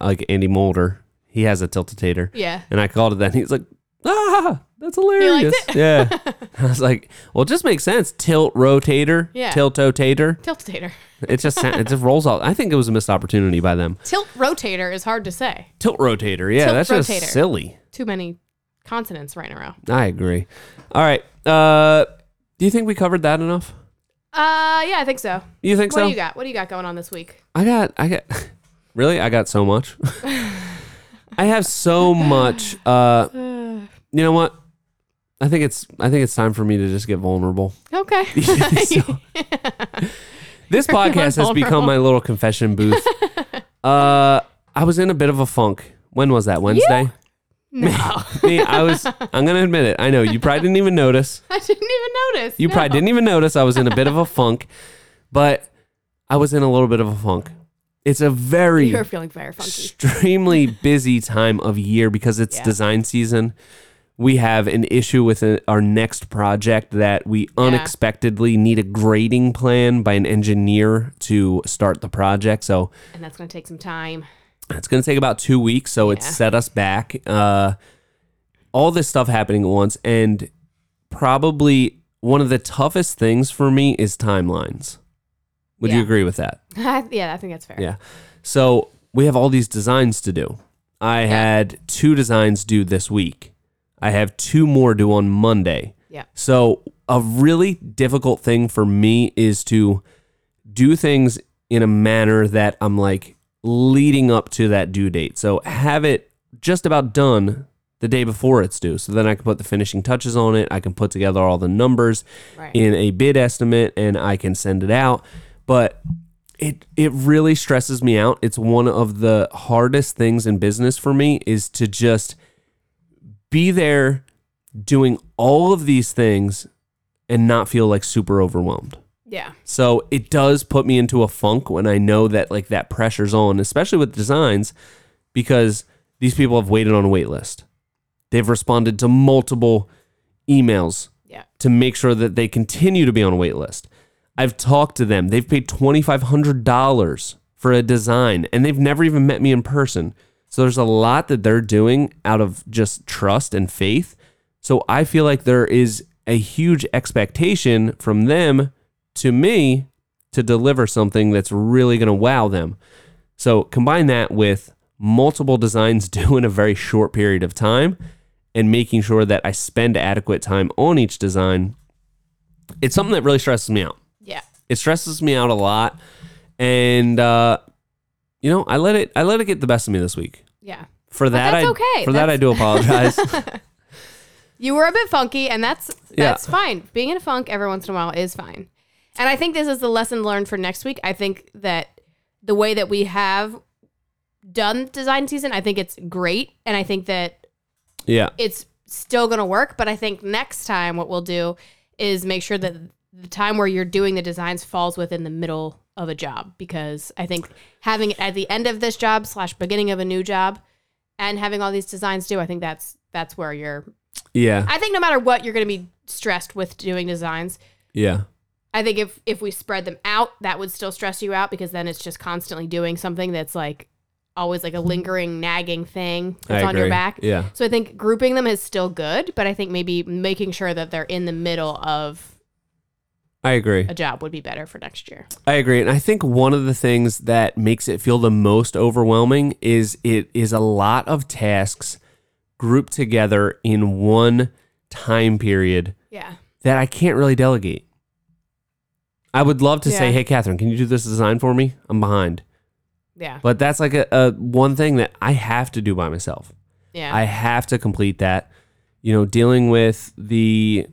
A: like Andy Mulder. He has a tilt-a-tater,
B: Yeah,
A: and I called it that. And he's like, "Ah, that's hilarious." Yeah, I was like, "Well, it just makes sense. Tilt rotator.
B: Yeah.
A: tilt-o-tater.
B: tilt-a-tater.
A: It just sound, it just rolls off. I think it was a missed opportunity by them.
B: Tilt rotator is hard to say.
A: Tilt rotator. Yeah,
B: Tilt
A: that's
B: rotator.
A: just silly.
B: Too many consonants right in a row.
A: I agree. All right. Uh, do you think we covered that enough?
B: Uh, yeah, I think so.
A: You think
B: What
A: so?
B: do you got? What do you got going on this week?
A: I got I got really I got so much. I have so much. Uh, you know what? I think it's I think it's time for me to just get vulnerable.
B: Okay.
A: So- this podcast has
B: vulnerable.
A: become my little confession booth. uh, I was in a bit of a funk. When was that? Wednesday.
B: no,
A: Me, I was. I'm gonna admit it. I know you probably didn't even notice.
B: I didn't even notice.
A: You
B: No.
A: probably didn't even notice I was in a bit of a funk, but I was in a little bit of a funk. It's a very
B: You were feeling very funky.
A: extremely busy time of year because it's
B: Yeah.
A: design season. We have an issue with uh, our next project that we unexpectedly need a grading plan by an engineer to start the project. So
B: And that's going to take some time.
A: it's going to take about two weeks. So it's
B: Yeah.
A: set us back. Uh, all this stuff happening at once. And probably one of the toughest things for me is timelines. Would you
B: Yeah.
A: agree with that?
B: yeah, I think that's fair.
A: Yeah. So we have all these designs to do. I had two designs due this week. I have two more due on Monday.
B: Yeah.
A: So, a really difficult thing for me is to do things in a manner that I'm like leading up to that due date. So, have it just about done the day before it's due. So then I can put the finishing touches on it. I can put together all the numbers
B: Right.
A: in a bid estimate and I can send it out. But it it really stresses me out. It's one of the hardest things in business for me is to just be there doing all of these things and not feel like super overwhelmed.
B: Yeah.
A: So it does put me into a funk when I know that like that pressure's on, especially with designs, because these people have waited on a wait list. They've responded to multiple emails
B: Yeah.
A: to make sure that they continue to be on a wait list. I've talked to them. They've paid $2,500 for a design and they've never even met me in person. So there's a lot that they're doing out of just trust and faith. So I feel like there is a huge expectation from them to me to deliver something that's really going to wow them. So combine that with multiple designs due in a very short period of time and making sure that I spend adequate time on each design. It's something that really stresses me out.
B: Yeah.
A: It stresses me out a lot. And uh, you know, I let it I let it get the best of me this week.
B: Yeah.
A: For that
B: that's
A: I
B: okay.
A: for that
B: That's-
A: I do apologize.
B: You were a bit funky, and that's
A: Yeah.
B: that's fine. Being in a funk every once in a while is fine. And I think this is the lesson learned for next week. I think that the way that we have done design season, I think it's great, and I think that
A: yeah.
B: it's still going to work. But I think next time what we'll do is make sure that the time where you're doing the designs falls within the middle of a job because I think having it at the end of this job slash beginning of a new job and having all these designs due, I think that's that's where you're.
A: Yeah.
B: I think no matter what, you're going to be stressed with doing designs.
A: Yeah.
B: I think if if we spread them out, that would still stress you out because then it's just constantly doing something that's like always like a lingering nagging thing that's
A: I
B: on your
A: agree.
B: back.
A: Yeah.
B: So I think grouping them is still good, but I think maybe making sure that they're in the middle of
A: I agree.
B: a job would be better for next year.
A: I agree. And I think one of the things that makes it feel the most overwhelming is it is a lot of tasks grouped together in one time period
B: Yeah.
A: that I can't really delegate. I would love to say,
B: Yeah.
A: hey, Catherine, can you do this design for me? I'm behind.
B: Yeah.
A: But that's like a, a one thing that I have to do by myself.
B: Yeah.
A: I have to complete that. You know, dealing with the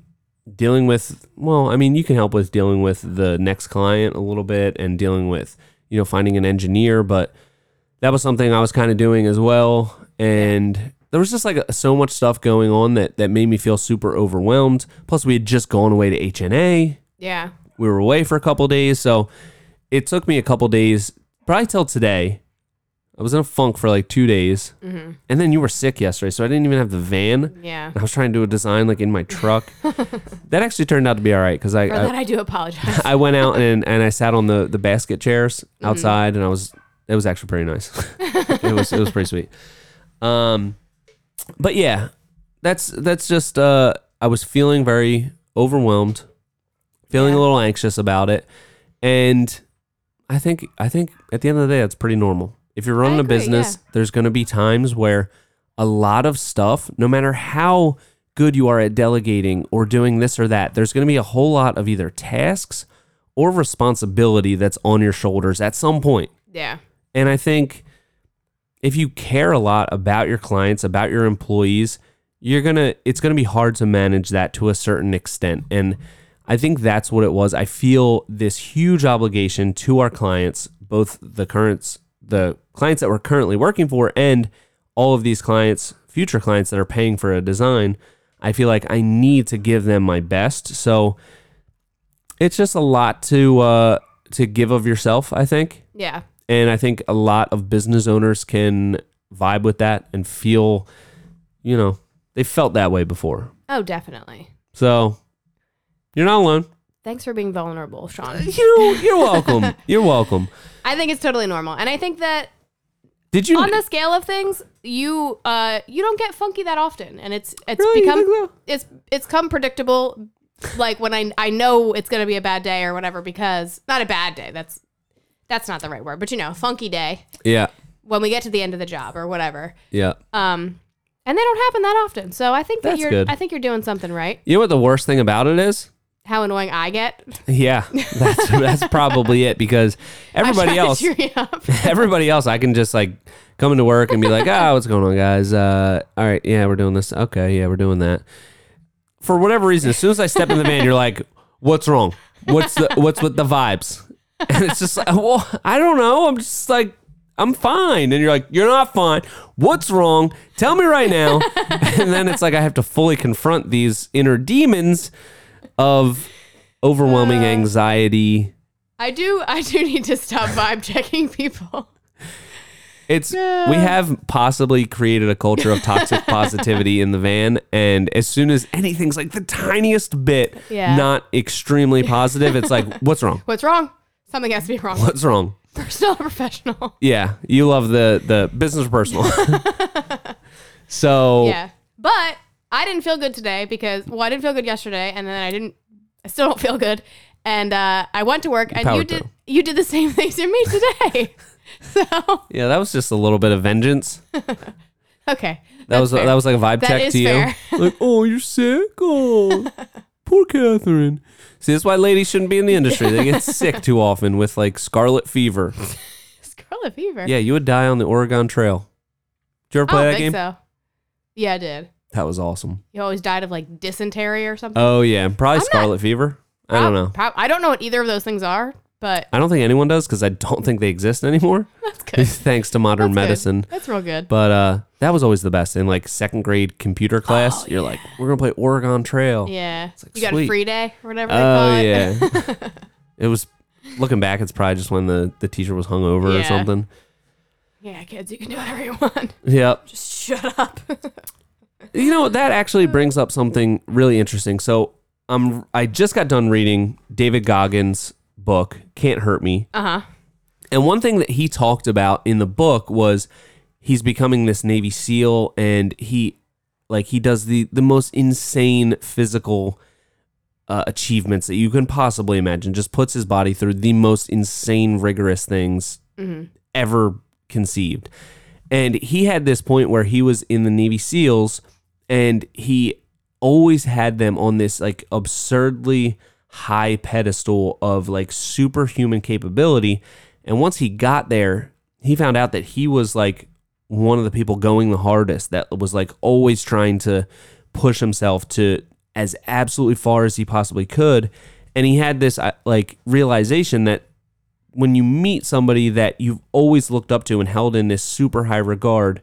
A: dealing with well, I mean, you can help with dealing with the next client a little bit and dealing with, you know, finding an engineer, but that was something I was kind of doing as well and there was just like so much stuff going on that that made me feel super overwhelmed. Plus we had just gone away to HNA
B: yeah.
A: we were away for a couple days so it took me a couple days probably till today i was in a funk for like two days and then you were sick yesterday so i didn't even have the van
B: Yeah.
A: i was trying to do a design like in my truck that actually turned out to be all right because I,
B: For
A: I,
B: that I do apologize.
A: I went out and, and i sat on the, the basket chairs outside and i was it was actually pretty nice it was it was pretty sweet um but yeah that's that's just uh i was feeling very overwhelmed feeling a
B: Yeah.
A: little anxious about it and i think i think at the end of the day that's pretty normal if you're running
B: agree,
A: a business there's going to be times where a lot of stuff no matter how good you are at delegating or doing this or that there's going to be a whole lot of either tasks or responsibility that's on your shoulders at some point
B: yeah.
A: and I think if you care a lot about your clients, about your employees, you're going to it's going to be hard to manage that to a certain extent. And I think that's what it was. I feel this huge obligation to our clients, both the currents the clients that we're currently working for and all of these clients, future clients that are paying for a design. I feel like I need to give them my best. So it's just a lot to uh to give of yourself, I think.
B: Yeah.
A: And I think a lot of business owners can vibe with that and feel, you know, they felt that way before.
B: Oh, definitely.
A: So you're not alone.
B: Thanks for being vulnerable, Sean.
A: You, you're welcome. you're welcome.
B: I think it's totally normal. And I think that
A: Did you?
B: on the scale of things, you uh you don't get funky that often and it's it's
A: Really? Oh, You
B: become
A: think so?
B: it's it's come predictable like when I I know it's gonna be a bad day or whatever because not a bad day, that's that's not the right word, but you know, funky day.
A: yeah.
B: when we get to the end of the job or whatever.
A: Yeah.
B: Um, and they don't happen that often. So I think that
A: That's
B: you're
A: good.
B: I think you're doing something right.
A: You know what the worst thing about it is?
B: How annoying I get.
A: Yeah, that's that's probably it because everybody
B: I try
A: else,
B: To cheer you up.
A: everybody else, I can just like come into work and be like, ah, what's going on, guys? Uh, all right, yeah, we're doing this. Okay, yeah, we're doing that. For whatever reason, as soon as I step in the van, you're like, what's wrong? What's the what's with the vibes? And it's just like, well, I don't know. I'm just like. I'm fine. And you're like, you're not fine. What's wrong? Tell me right now. and then it's like, I have to fully confront these inner demons of overwhelming anxiety.
B: I do I do need to stop vibe checking people.
A: It's we have possibly created a culture of toxic positivity in the van, and as soon as anything's like the tiniest bit
B: Yeah.
A: not extremely positive, it's like, what's wrong?
B: What's wrong? Something has to be wrong.
A: What's wrong?
B: Personal or professional?
A: Yeah, you love the the business or personal. so
B: Yeah. But I didn't feel good today because well, I didn't feel good yesterday and then I didn't I still don't feel good. And uh, I went to work and you
A: powered
B: did
A: through.
B: you did the same thing to me today. so
A: yeah, that was just a little bit of vengeance.
B: okay.
A: That was
B: fair.
A: that was like a vibe
B: That
A: check
B: is
A: to you.
B: fair.
A: Like, oh, you're sick. Oh, poor Catherine. See, that's why ladies shouldn't be in the industry. They get sick too often with like scarlet fever.
B: Scarlet Fever.
A: Yeah, you would die on the Oregon Trail. Did you ever
B: I
A: play
B: don't
A: that
B: think
A: game?
B: so. Yeah, I did.
A: That was awesome.
B: You always died of like dysentery or something.
A: Oh yeah, probably
B: not-
A: scarlet fever. Oh, I don't know.
B: Prob- I don't know what either of those things are, but
A: I don't think anyone does because I don't think they exist anymore,
B: that's good.
A: thanks to
B: That's
A: modern
B: good.
A: medicine.
B: That's real good.
A: But uh, that was always the best in like second grade computer class. you're like, we're gonna play Oregon Trail.
B: Oh, yeah.
A: like,
B: you got
A: sweet.
B: a free day or whatever they call
A: Oh
B: it.
A: yeah. it was looking back. It's probably just when the the teacher was hungover or
B: Yeah.
A: something.
B: Yeah, kids, you can do whatever you want.
A: Yep.
B: Just shut up.
A: you know that actually brings up something really interesting so i'm i just got done reading david goggins book can't hurt me
B: Uh huh.
A: and one thing that he talked about in the book was he's becoming this navy seal and he like he does the the most insane physical uh, achievements that you can possibly imagine just puts his body through the most insane rigorous things ever conceived and he had this point where he was in the navy seals and he always had them on this like absurdly high pedestal of like superhuman capability and once he got there he found out that he was like one of the people going the hardest that was like always trying to push himself to as absolutely far as he possibly could and he had this uh, like realization that when you meet somebody that you've always looked up to and held in this super high regard,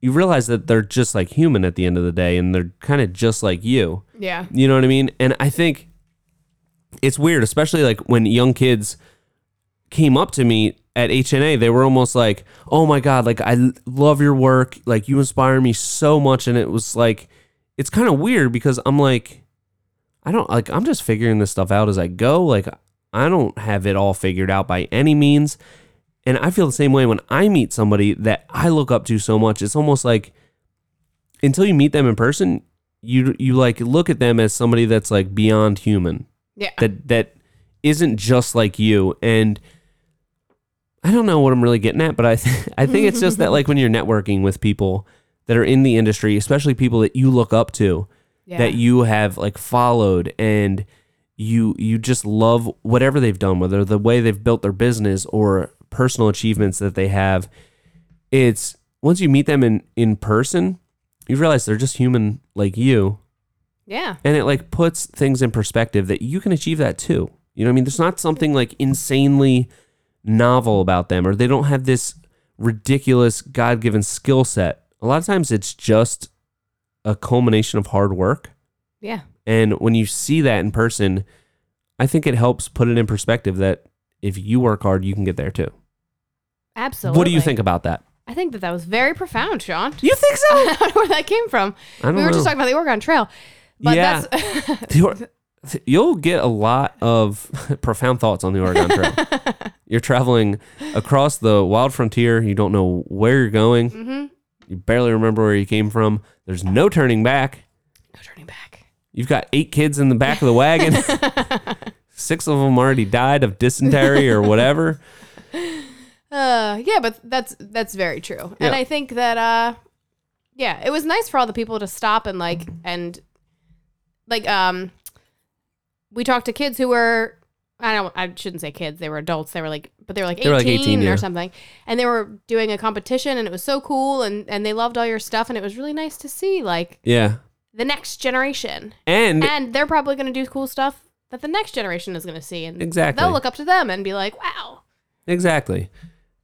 A: you realize that they're just like human at the end of the day and they're kind of just like you.
B: Yeah.
A: You know what I mean? And I think it's weird, especially like when young kids came up to me at HNA, they were almost like, "Oh my god, like I l- love your work. Like you inspire me so much." And it was like it's kind of weird because I'm like I don't like I'm just figuring this stuff out as I go. Like I don't have it all figured out by any means. And I feel the same way when I meet somebody that I look up to so much. It's almost like until you meet them in person, you you like look at them as somebody that's like beyond human
B: Yeah.
A: that that isn't just like you and I don't know what I'm really getting at, but I th- I think it's just that like when you're networking with people that are in the industry, especially people that you look up to,
B: yeah.
A: that you have like followed and you you just love whatever they've done whether the way they've built their business or personal achievements that they have it's once you meet them in in person you realize they're just human like you
B: yeah.
A: and it like puts things in perspective that you can achieve that too you know what i mean there's not something like insanely novel about them or they don't have this ridiculous god-given skill set a lot of times it's just a culmination of hard work
B: Yeah.
A: and when you see that in person, I think it helps put it in perspective that if you work hard, you can get there too.
B: Absolutely.
A: What do you think about that?
B: I think that that was very profound, Sean.
A: You think so?
B: I don't know where that came from.
A: I don't
B: we were
A: know.
B: just talking about the Oregon Trail. But
A: Yeah.
B: that's
A: The Or- You'll get a lot of profound thoughts on the Oregon Trail. you're traveling across the wild frontier. You don't know where you're going. You barely remember where you came from. There's no turning back.
B: no turning back.
A: You've got eight kids in the back of the wagon. Six of them already died of dysentery or whatever.
B: Uh, yeah, but that's that's very true,
A: Yeah.
B: and I think that uh, yeah, it was nice for all the people to stop and like and like um, we talked to kids who were I don't I shouldn't say kids they were adults they were like but they were like eighteen,
A: were, like, 18,
B: or
A: yeah.
B: something, and they were doing a competition and it was so cool and and they loved all your stuff and it was really nice to see like
A: Yeah.
B: the next generation
A: And
B: and they're probably going to do cool stuff that the next generation is going to see and
A: Exactly.
B: they'll look up to them and be like wow
A: Exactly.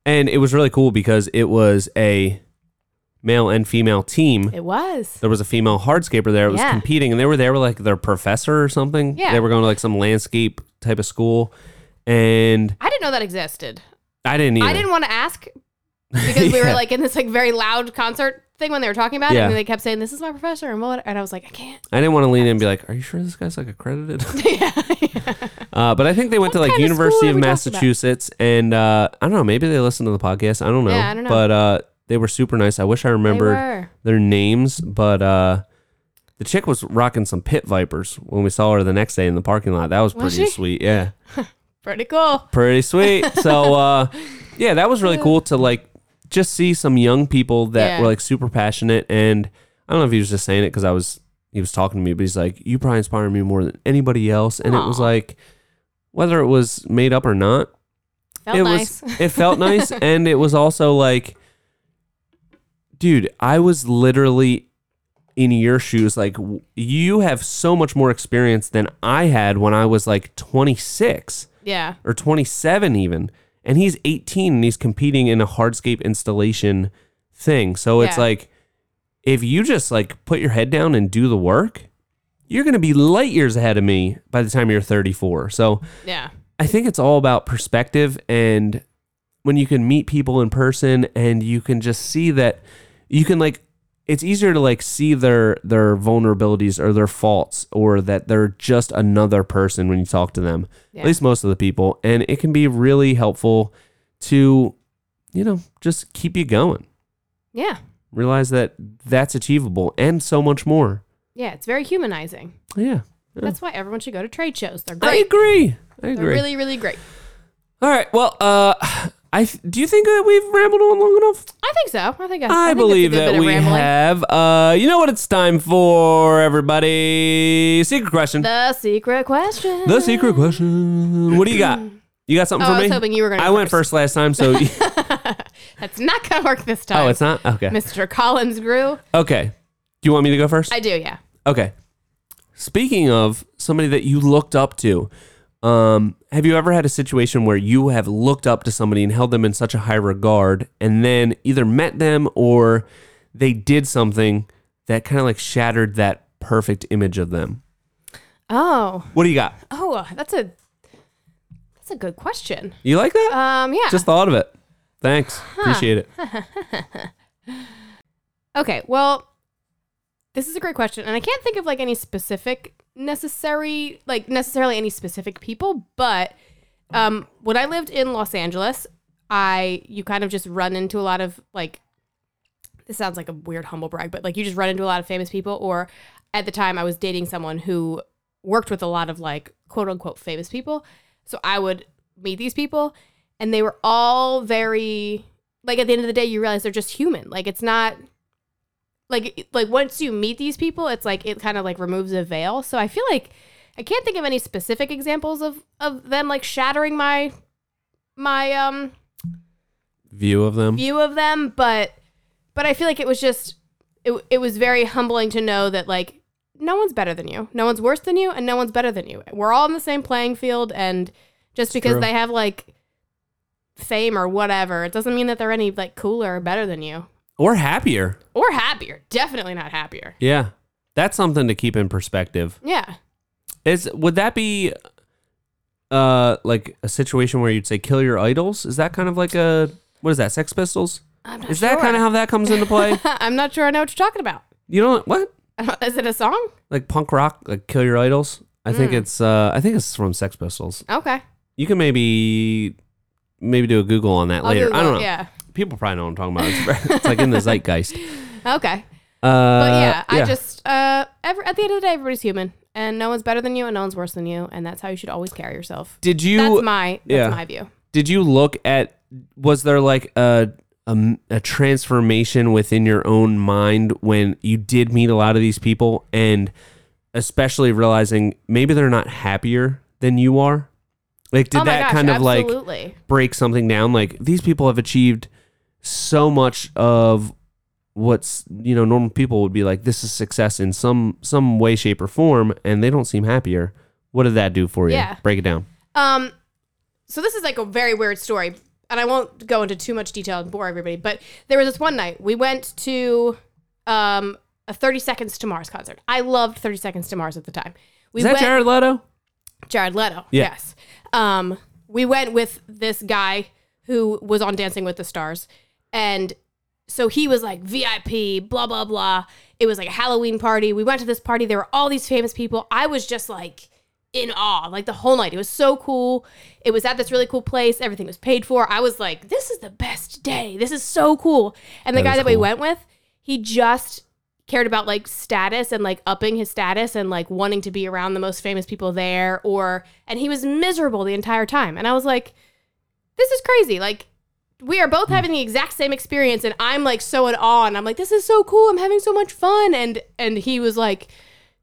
A: And it was really cool because it was a male and female team.
B: it was
A: There was a female hardscaper there that was
B: Yeah.
A: competing, and they were there with like their professor or something.
B: Yeah.
A: They were going to like some landscape type of school. And
B: I didn't know that existed.
A: I didn't either.
B: I didn't want to ask because we were
A: Yeah.
B: like in this like very loud concert thing when they were talking about it,
A: Yeah.
B: and they kept saying, "This is my professor," and what? And I was like, "I can't."
A: I didn't want to lean in and be like, "Are you sure this guy's like accredited?"
B: yeah.
A: uh, but I think they went to
B: What
A: like
B: kind of school
A: University
B: are
A: of
B: we talking about?
A: Massachusetts, and uh, I don't know. Maybe they listened to the podcast. I don't know.
B: Yeah, I don't know.
A: But uh, they were super nice. I wish I remembered
B: were.
A: their names, but uh, the chick was rocking some pit vipers when we saw her the next day in the parking lot. That was
B: Was
A: pretty
B: she?
A: sweet. Yeah,
B: Pretty cool.
A: pretty sweet. so uh, yeah, that was really cool to like just see some young people that
B: Yeah.
A: were like super passionate. And I don't know if he was just saying it because I was he was talking to me, but he's like, "You probably inspire me more than anybody else." And it was
B: Aw.
A: like, whether it was made up or not,
B: Felt
A: it
B: nice.
A: was it felt nice and it was also like dude i was literally in your shoes like w- you have so much more experience than i had when i was like 26
B: yeah.
A: or 27 even and he's 18 and he's competing in a hardscape installation thing so it's
B: Yeah.
A: like if you just like put your head down and do the work you're going to be light years ahead of me by the time you're 34 so
B: Yeah.
A: I think it's all about perspective and when you can meet people in person and you can just see that you can like it's easier to like see their their vulnerabilities or their faults or that they're just another person when you talk to them.
B: Yeah.
A: At least most of the people and it can be really helpful to you know just keep you going.
B: Yeah.
A: Realize that that's achievable and so much more.
B: Yeah. It's very humanizing.
A: Yeah.
B: That's why everyone should go to trade shows. They're
A: I
B: great.
A: agree. I
B: They're
A: agree.
B: really, really great.
A: all right. Well, uh I th- do you think that we've rambled on long enough?
B: I think so. I think I,
A: I,
B: think
A: believe
B: it's a good
A: that
B: bit of
A: we
B: rambling.
A: have. Uh, you know what it's time for, everybody? Secret question. The,
B: the secret question.
A: secret question. What do you got? You got something
B: Oh,
A: for
B: I
A: me?
B: was hoping you were going to.
A: I went first last time, so
B: That's not going to work this time.
A: oh, it's not okay.
B: Mr. Collins grew.
A: Okay, do you want me to go first?
B: I do. Yeah.
A: okay. Speaking of somebody that you looked up to, um, have you ever had a situation where you have looked up to somebody and held them in such a high regard, and then either met them or they did something that kind of like shattered that perfect image of them?
B: Oh.
A: What do you got?
B: Oh, that's a that's a good question.
A: You like that?
B: Um, yeah.
A: Just thought of it. Thanks. Appreciate it.
B: okay. Well, this is a great question, and I can't think of like any specific necessary like necessarily any specific people, but um, when I lived in Los Angeles, I you kind of just run into a lot of like this sounds like a weird humble brag, but like you just run into a lot of famous people. Or at the time, I was dating someone who worked with a lot of like quote unquote famous people. So I would meet these people, and they were all very like at the end of the day, you realize they're just human. Like it's not like like once you meet these people, it's like it kind of like removes a veil. So I feel like I can't think of any specific examples of of them like shattering my my um
A: View of them.
B: view of them, but but I feel like it was just it, it was very humbling to know that like no one's better than you, no one's worse than you, and no one's better than you. We're all in the same playing field, and just because
A: true.
B: they have like fame or whatever, it doesn't mean that they're any like cooler or better than you
A: Or happier.
B: or happier. Definitely not happier.
A: Yeah. That's something to keep in perspective.
B: Yeah.
A: Is would that be uh like a situation where you'd say kill your idols? Is that kind of like a what is that, Sex Pistols?
B: I'm not
A: Is that
B: sure.
A: kind of how that comes into play?
B: I'm not sure I know what you're talking about.
A: you know what?
B: Is it a song?
A: Like punk rock, like kill your idols? I
B: Mm.
A: think it's uh I think it's from Sex Pistols.
B: Okay.
A: You can maybe maybe do a Google on that
B: I'll
A: later.
B: Google
A: I don't
B: it,
A: know.
B: Yeah.
A: People probably know what I'm talking about. It's, it's like in the zeitgeist.
B: Okay.
A: Uh,
B: But yeah, I just uh, every, at the end of the day, everybody's human, and no one's better than you, and no one's worse than you, and that's how you should always carry yourself.
A: did
B: That's
A: you
B: my that's
A: yeah.
B: my view.
A: did you look at was there like a, a a transformation within your own mind when you did meet a lot of these people and especially realizing maybe they're not happier than you are? Like did
B: oh my
A: that
B: gosh,
A: kind of like
B: absolutely.
A: break something down like these people have achieved so much of what's you know normal people would be like this is success in some some way shape or form and they don't seem happier what did that do for you
B: Yeah.
A: break it down
B: Um, so this is like a very weird story, and I won't go into too much detail and bore everybody. But there was this one night we went to um, a Thirty Seconds to Mars concert. I loved Thirty Seconds to Mars at the time. We
A: is that
B: went,
A: jared leto
B: Jared Leto.
A: Yeah.
B: Yes. Um, we went with this guy who was on Dancing with the Stars, and so he was like VIP, blah blah blah. It was like a Halloween party. We went to this party. There were all these famous people. I was just like in awe, like the whole night. It was so cool. It was at this really cool place. Everything was paid for. I was like, this is the best day. This is so cool. And the
A: That
B: guy
A: is
B: that we
A: cool.
B: went with, he just cared about like status and like upping his status and like wanting to be around the most famous people there or and he was miserable the entire time and i was like this is crazy like we are both having the exact same experience and i'm like so in awe and i'm like this is so cool i'm having so much fun and and he was like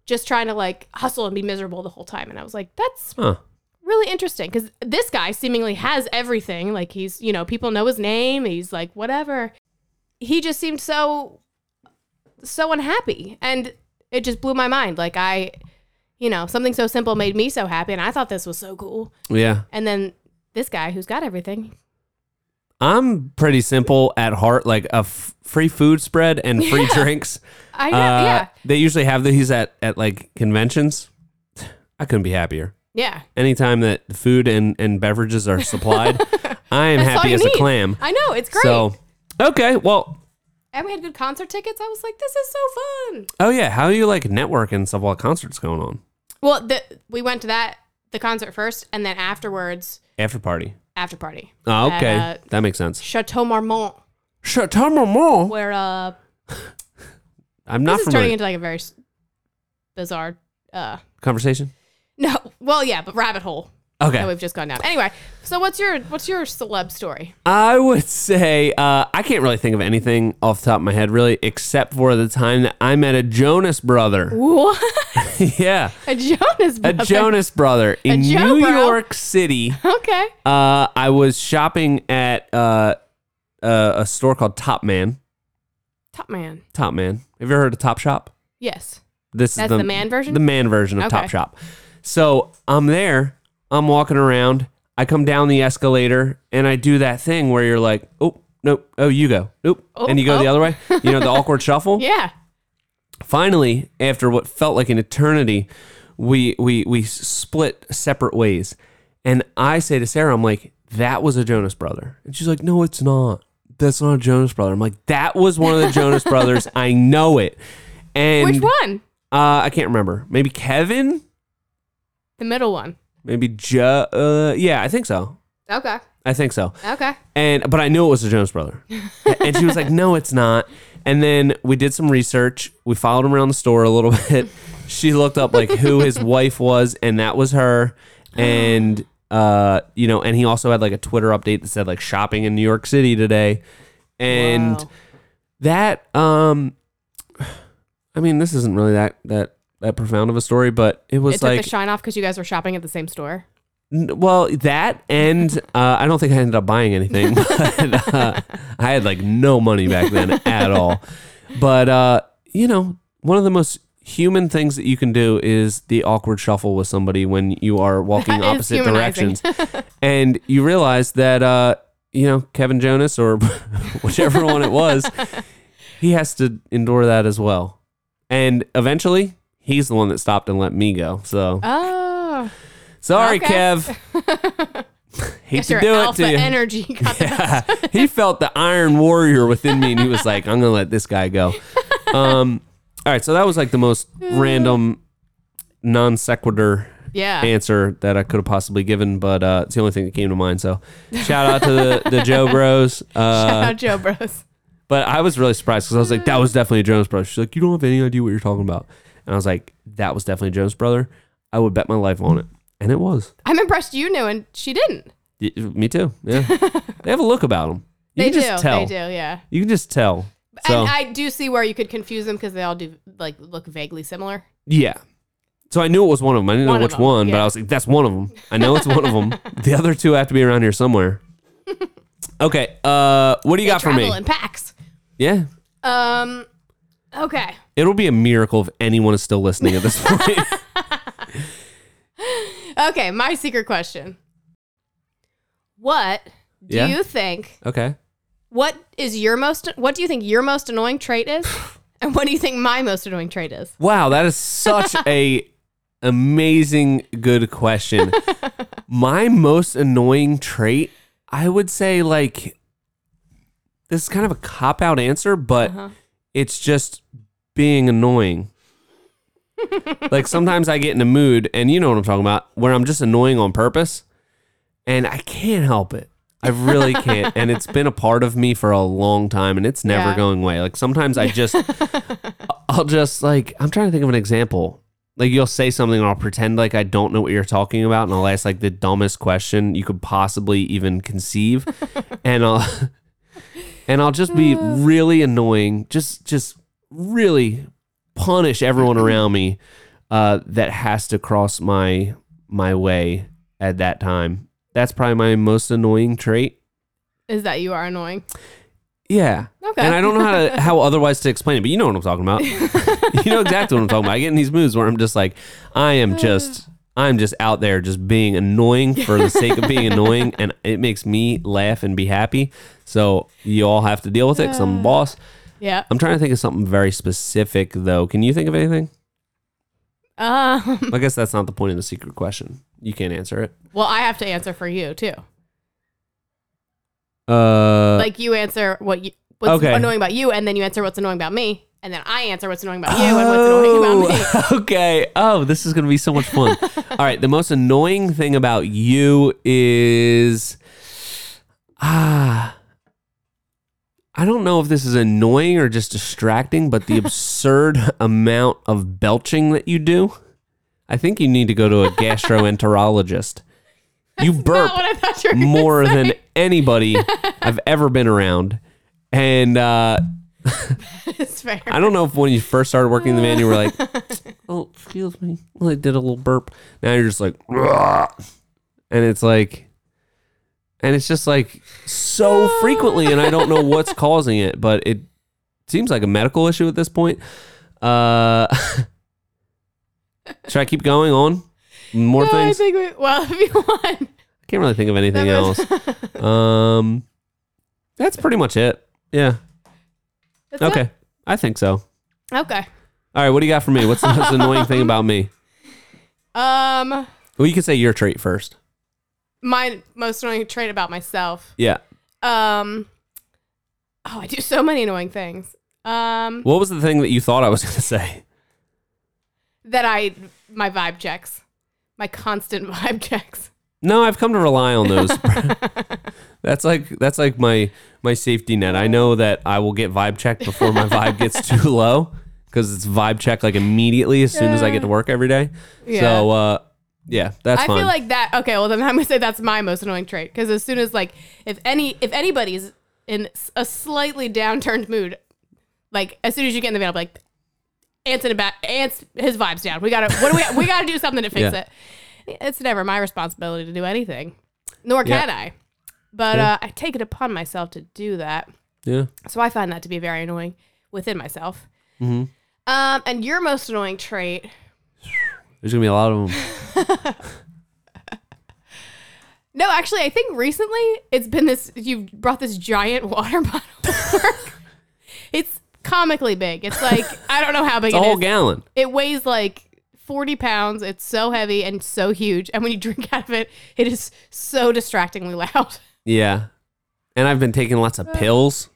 B: just trying to like hustle and be miserable the whole time and i was like that's
A: huh
B: really interesting because this guy seemingly has everything. Like he's, you know, people know his name. He's like whatever. He just seemed so, so unhappy, and it just blew my mind. Like I, you know, something so simple made me so happy, and I thought this was so cool.
A: yeah
B: And then this guy who's got everything,
A: i'm pretty simple at heart like a f- free food spread and free drinks
B: I know,
A: Uh,
B: yeah,
A: they usually have these at at like conventions i couldn't be happier
B: yeah,
A: anytime that food and and beverages are supplied i am
B: That's all
A: happy
B: you
A: as
B: need.
A: a clam
B: I know it's great.
A: So, okay. Well,
B: and we had good concert tickets. I was like, this is so fun.
A: oh yeah. How you like network and stuff while concerts going on?
B: Well, the, we went to that the concert first, and then afterwards,
A: After party.
B: after party,
A: Oh,
B: At,
A: okay.
B: uh,
A: that makes sense.
B: Chateau Marmont.
A: Chateau Marmont.
B: where uh
A: I'm not
B: this is turning
A: familiar.
B: into like a very s- bizarre uh
A: Conversation.
B: no well yeah but rabbit hole that
A: Okay.
B: we've just gone down anyway so what's your what's your celeb story
A: I would say uh, I can't really think of anything off the top of my head, really, except for the time that I met a Jonas brother.
B: what
A: yeah,
B: a jonas
A: a
B: brother.
A: Jonas brother in
B: Joe
A: New
B: bro.
A: York City.
B: okay
A: Uh, I was shopping at uh, uh, a store called Top Man.
B: top man
A: Top Man. Have you ever heard of Top Shop?
B: yes
A: This
B: That's
A: is the,
B: the man version?
A: The man version of
B: Okay.
A: Top Shop. So I'm there. I'm walking around. I come down the escalator and I do that thing where you're like, oh nope, oh you go, nope,
B: Oh,
A: and you go the
B: oh.
A: other way. You know the awkward shuffle.
B: yeah
A: Finally, after what felt like an eternity, we we we split separate ways. And I say to Sarah, I'm like, that was a Jonas brother. And she's like, no, it's not. That's not a Jonas brother. I'm like, that was one of the Jonas brothers. I know it. And
B: which one
A: uh, I can't remember. Maybe Kevin.
B: the middle one
A: Maybe Joe. Uh, yeah, I think so.
B: okay
A: I think so.
B: okay
A: And but I knew it was the Jonas brother. and she was like, "No, it's not." And then we did some research. We followed him around the store a little bit. She looked up like who his wife was, and that was her. And uh, you know, and he also had like a Twitter update that said like shopping in New York City today, and
B: Wow.
A: that um, I mean, this isn't really that that that profound of a story, but it was
B: it took
A: like
B: the shine off because you guys were shopping at the same store
A: N- Well, that and uh, I don't think I ended up buying anything. But, uh, I had like no money back then at all. But uh, you know, one of the most human things that you can do is the awkward shuffle with somebody when you are walking
B: That is
A: opposite
B: humanizing.
A: directions, and you realize that uh, you know Kevin Jonas or whichever one it was, he has to endure that as well. And eventually, he's the one that stopped and let me go. So
B: oh
A: sorry,
B: okay.
A: Kev. Hate
B: guess
A: to
B: your
A: do it
B: alpha
A: to you.
B: energy got the
A: Yeah. he felt the iron warrior within me and he was like i'm gonna let this guy go um all right so that was like the most random non sequitur
B: yeah
A: answer that i could have possibly given but uh it's the only thing that came to mind so shout out to the the joe bros
B: shout
A: uh
B: out joe bros
A: but i was really surprised because i was like that was definitely a jones brother she's like you don't have any idea what you're talking about and i was like that was definitely a jones brother i would bet my life on it and it was
B: i'm impressed you knew and she didn't
A: Y- Me too. Yeah, they have a look about them. You
B: they
A: can
B: do.
A: just tell.
B: They do. Yeah.
A: You can just tell. So
B: and I do see where you could confuse them because they all do like look vaguely similar.
A: yeah. So I knew it was one of them. I didn't
B: One
A: know
B: of
A: which
B: them,
A: one, but
B: yeah.
A: I was like, "That's one of them. I know it's one of them. The other two have to be around here somewhere." Okay. Uh, what do you got for
B: Travel
A: me?
B: in packs.
A: yeah,
B: Um. Okay.
A: it'll be a miracle if anyone is still listening at this point.
B: Okay. My secret question. What do
A: Yeah?
B: you think?
A: okay.
B: What is your most? What do you think your most annoying trait is? and what do you think my most annoying trait is?
A: Wow, that is such a amazing good question. My most annoying trait, I would say like this is kind of a cop out answer, but it's just being annoying. like sometimes I get in a mood and you know what I'm talking about, where I'm just annoying on purpose and I can't help it. I really can't. and it's been a part of me for a long time and it's never
B: Yeah.
A: going away. Like sometimes I just I'll just like I'm trying to think of an example. Like you'll say something and I'll pretend like I don't know what you're talking about and I'll ask like the dumbest question you could possibly even conceive. and I'll and I'll just be really annoying. Just just really punish everyone around me uh, that has to cross my my way at that time. That's probably my most annoying trait.
B: Is that you are annoying?
A: Yeah.
B: Okay.
A: And I don't know how to, how otherwise to explain it, but you know what I'm talking about. you know exactly what I'm talking about. I get in these moods where I'm just like, I am just, I'm just out there just being annoying for the sake of being annoying, and it makes me laugh and be happy. So you all have to deal with it because I'm the boss.
B: Yeah.
A: I'm trying to think of something very specific though. Can you think of anything?
B: Um.
A: I guess that's not the point of the secret question. You can't answer it.
B: Well, I have to answer for you too.
A: Uh,
B: like you answer what you what's
A: Okay.
B: annoying about you, and then you answer what's annoying about me, and then I answer what's annoying about you and what's annoying about me.
A: Oh, okay. Oh, this is going to be so much fun. All right. The most annoying thing about you is ah, I don't know if this is annoying or just distracting, but the absurd amount of belching that you do. I think you need to go to a gastroenterologist. You burp
B: Not what I thought you were gonna
A: more
B: say.
A: than anybody I've ever been around, and. uh
B: It's fair.
A: I don't know if when you first started working in the van, you were like, "Oh, excuse me," well, I did a little burp. Now you're just like, "Ugh." and it's like, and it's just like so frequently, and I don't know what's causing it, but it seems like a medical issue at this point. Uh, should I keep going on more
B: No, I
A: things?
B: think we, well, if you want,
A: I can't really think of anything
B: That
A: else.
B: was-
A: Um, that's pretty much it. Yeah.
B: That's
A: Okay. I think so.
B: it? Okay.
A: All right, what do you got for me? What's the most annoying thing about me?
B: Um,
A: Well, you can say your trait first.
B: my most annoying trait about myself.
A: Yeah.
B: Um, oh, I do so many annoying things. Um,
A: What was the thing that you thought I was going to say?
B: that I my vibe checks, my constant vibe checks.
A: No, I've come to rely on those. that's like that's like my my safety net. I know that I will get vibe checked before my vibe gets too low because it's vibe check like immediately as soon as I get to work every day.
B: Yeah.
A: So uh, yeah, that's
B: I
A: fine.
B: feel like that. Okay, well then I'm gonna say that's my most annoying trait because as soon as like if any if anybody's in s- a slightly downturned mood, like as soon as you get in the van, I'm like, ants in the back, ants his vibes down. We gotta what do we we gotta do something to fix
A: Yeah.
B: it. It's never my responsibility to do anything, nor
A: Yeah.
B: can I. But
A: Yeah.
B: uh, I take it upon myself to do that,
A: yeah.
B: so I find that to be very annoying within myself.
A: Mm-hmm.
B: Um, and your most annoying trait
A: There's gonna be a lot of them.
B: No, actually, I think recently it's been this. You've brought this giant water bottle. to work. it's comically big. It's like I don't know how big
A: A
B: it
A: whole
B: is.
A: gallon.
B: it weighs like forty pounds. It's so heavy and so huge. And when you drink out of it, it is so distractingly loud.
A: Yeah. And I've been taking lots of pills.
B: Uh.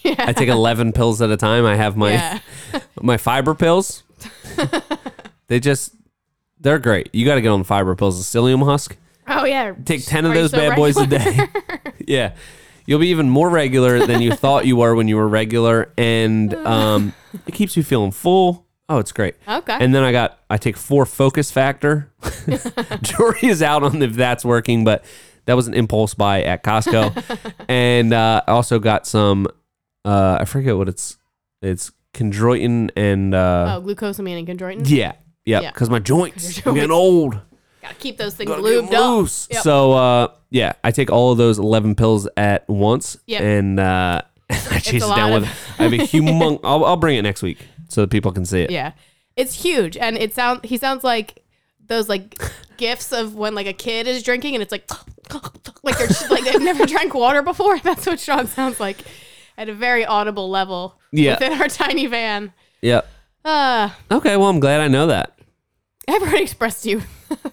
B: yeah.
A: I take 11 pills at a time. I have my
B: yeah,
A: my fiber pills. they just they're great. You got to get on the fiber pills, the psyllium husk.
B: oh yeah.
A: Take 10 of
B: Are you
A: those
B: so
A: bad boys a
B: regular?
A: day. yeah. You'll be even more regular than you thought you were when you were regular and um it keeps you feeling full. Oh, it's great.
B: Okay.
A: And then I got I take 4 focus factor. Jury is out on if that's working, but That was an impulse buy at Costco, and uh, I also got some. Uh, I forget what it's. It's chondroitin and uh,
B: oh, glucosamine and chondroitin.
A: yeah, yeah,
B: Yeah.
A: because my joints
B: Your
A: I'm getting
B: joints.
A: old.
B: Gotta keep those things
A: Gotta get 'em
B: lubed up.
A: loose.
B: Yep.
A: So uh, yeah, I take all of those eleven pills at once,
B: Yep.
A: and uh, I chase it
B: lot
A: down
B: of-
A: with. I have a humong. I'll, I'll bring it next week so that people can see it.
B: Yeah, it's huge, and it sound he sounds like those like gifts of when like a kid is drinking, and it's like like they're just, like they've never drank water before. That's what Sean sounds like at a very audible level
A: Yeah.
B: within our tiny van.
A: Yep.
B: Uh,
A: Okay. Well, I'm glad I know that.
B: I've already expressed to you.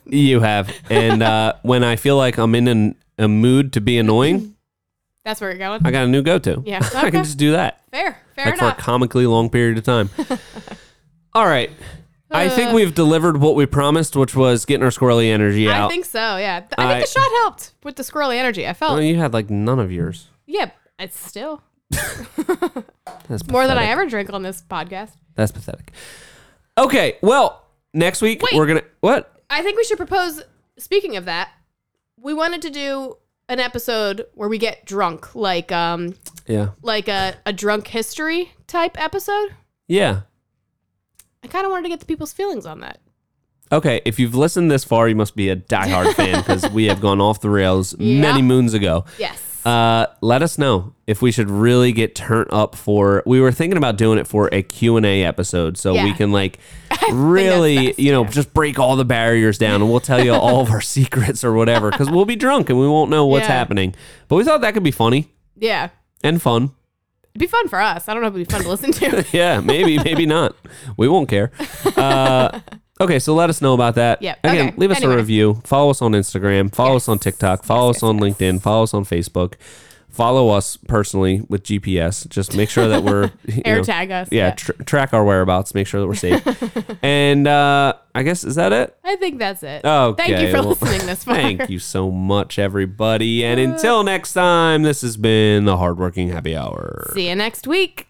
A: You have. And uh, when I feel like I'm in an, a mood to be annoying,
B: That's where you're going.
A: I got a new go to.
B: Mm-hmm. Yeah,
A: I
B: okay.
A: can just do that
B: Fair, fair
A: like for a
B: enough.
A: comically long period of time. All right. I think
B: Uh.
A: we've delivered what we promised, which was getting our squirrely energy out.
B: I think so. Yeah, Th- I,
A: I-
B: think the shot helped with the squirrely energy. I felt.
A: Well, Oh, you had like none of yours.
B: yeah, it's still
A: That's
B: more than I
A: pathetic.
B: ever drink on this podcast.
A: That's pathetic. Okay. Well, next week
B: Wait.
A: we're going to. What?
B: I think we should propose. Speaking of that, we wanted to do an episode where we get drunk, like um,
A: Yeah.
B: like a, a drunk history type episode.
A: Yeah.
B: I kind of wanted to get the people's feelings on that.
A: Okay, if you've listened this far, you must be a diehard fan because we have gone off the rails many moons ago.
B: Yes.
A: Uh, let us know if we should really get turned up for. We were thinking about doing it for a Q and A episode, so we
B: Yeah.
A: can like really,
B: best,
A: you know, just break all the barriers down, and we'll tell you all of our secrets or whatever, because we'll be drunk and we won't know what's
B: Yeah.
A: happening. But we thought that could be funny
B: yeah.
A: and fun.
B: It'd be fun for us. I don't know if it'd be fun to listen to.
A: Yeah, maybe, maybe not. We won't care. Uh, okay, so let us know about that.
B: Yep,
A: Again,
B: okay,
A: leave us
B: anyway.
A: a review. Follow us on Instagram. Follow us on TikTok. Follow us on LinkedIn. Follow us on Facebook. Follow us personally with GPS. Just make sure that we're you know,
B: Air tag us.
A: Yeah, tr- track our whereabouts. Make sure that we're safe. and uh, I guess is that it.
B: I think that's it.
A: Okay,
B: Thank you for
A: well,
B: listening this far.
A: Thank you so much, everybody. And until next time, this has been the Hardworking Happy Hour.
B: See you next week.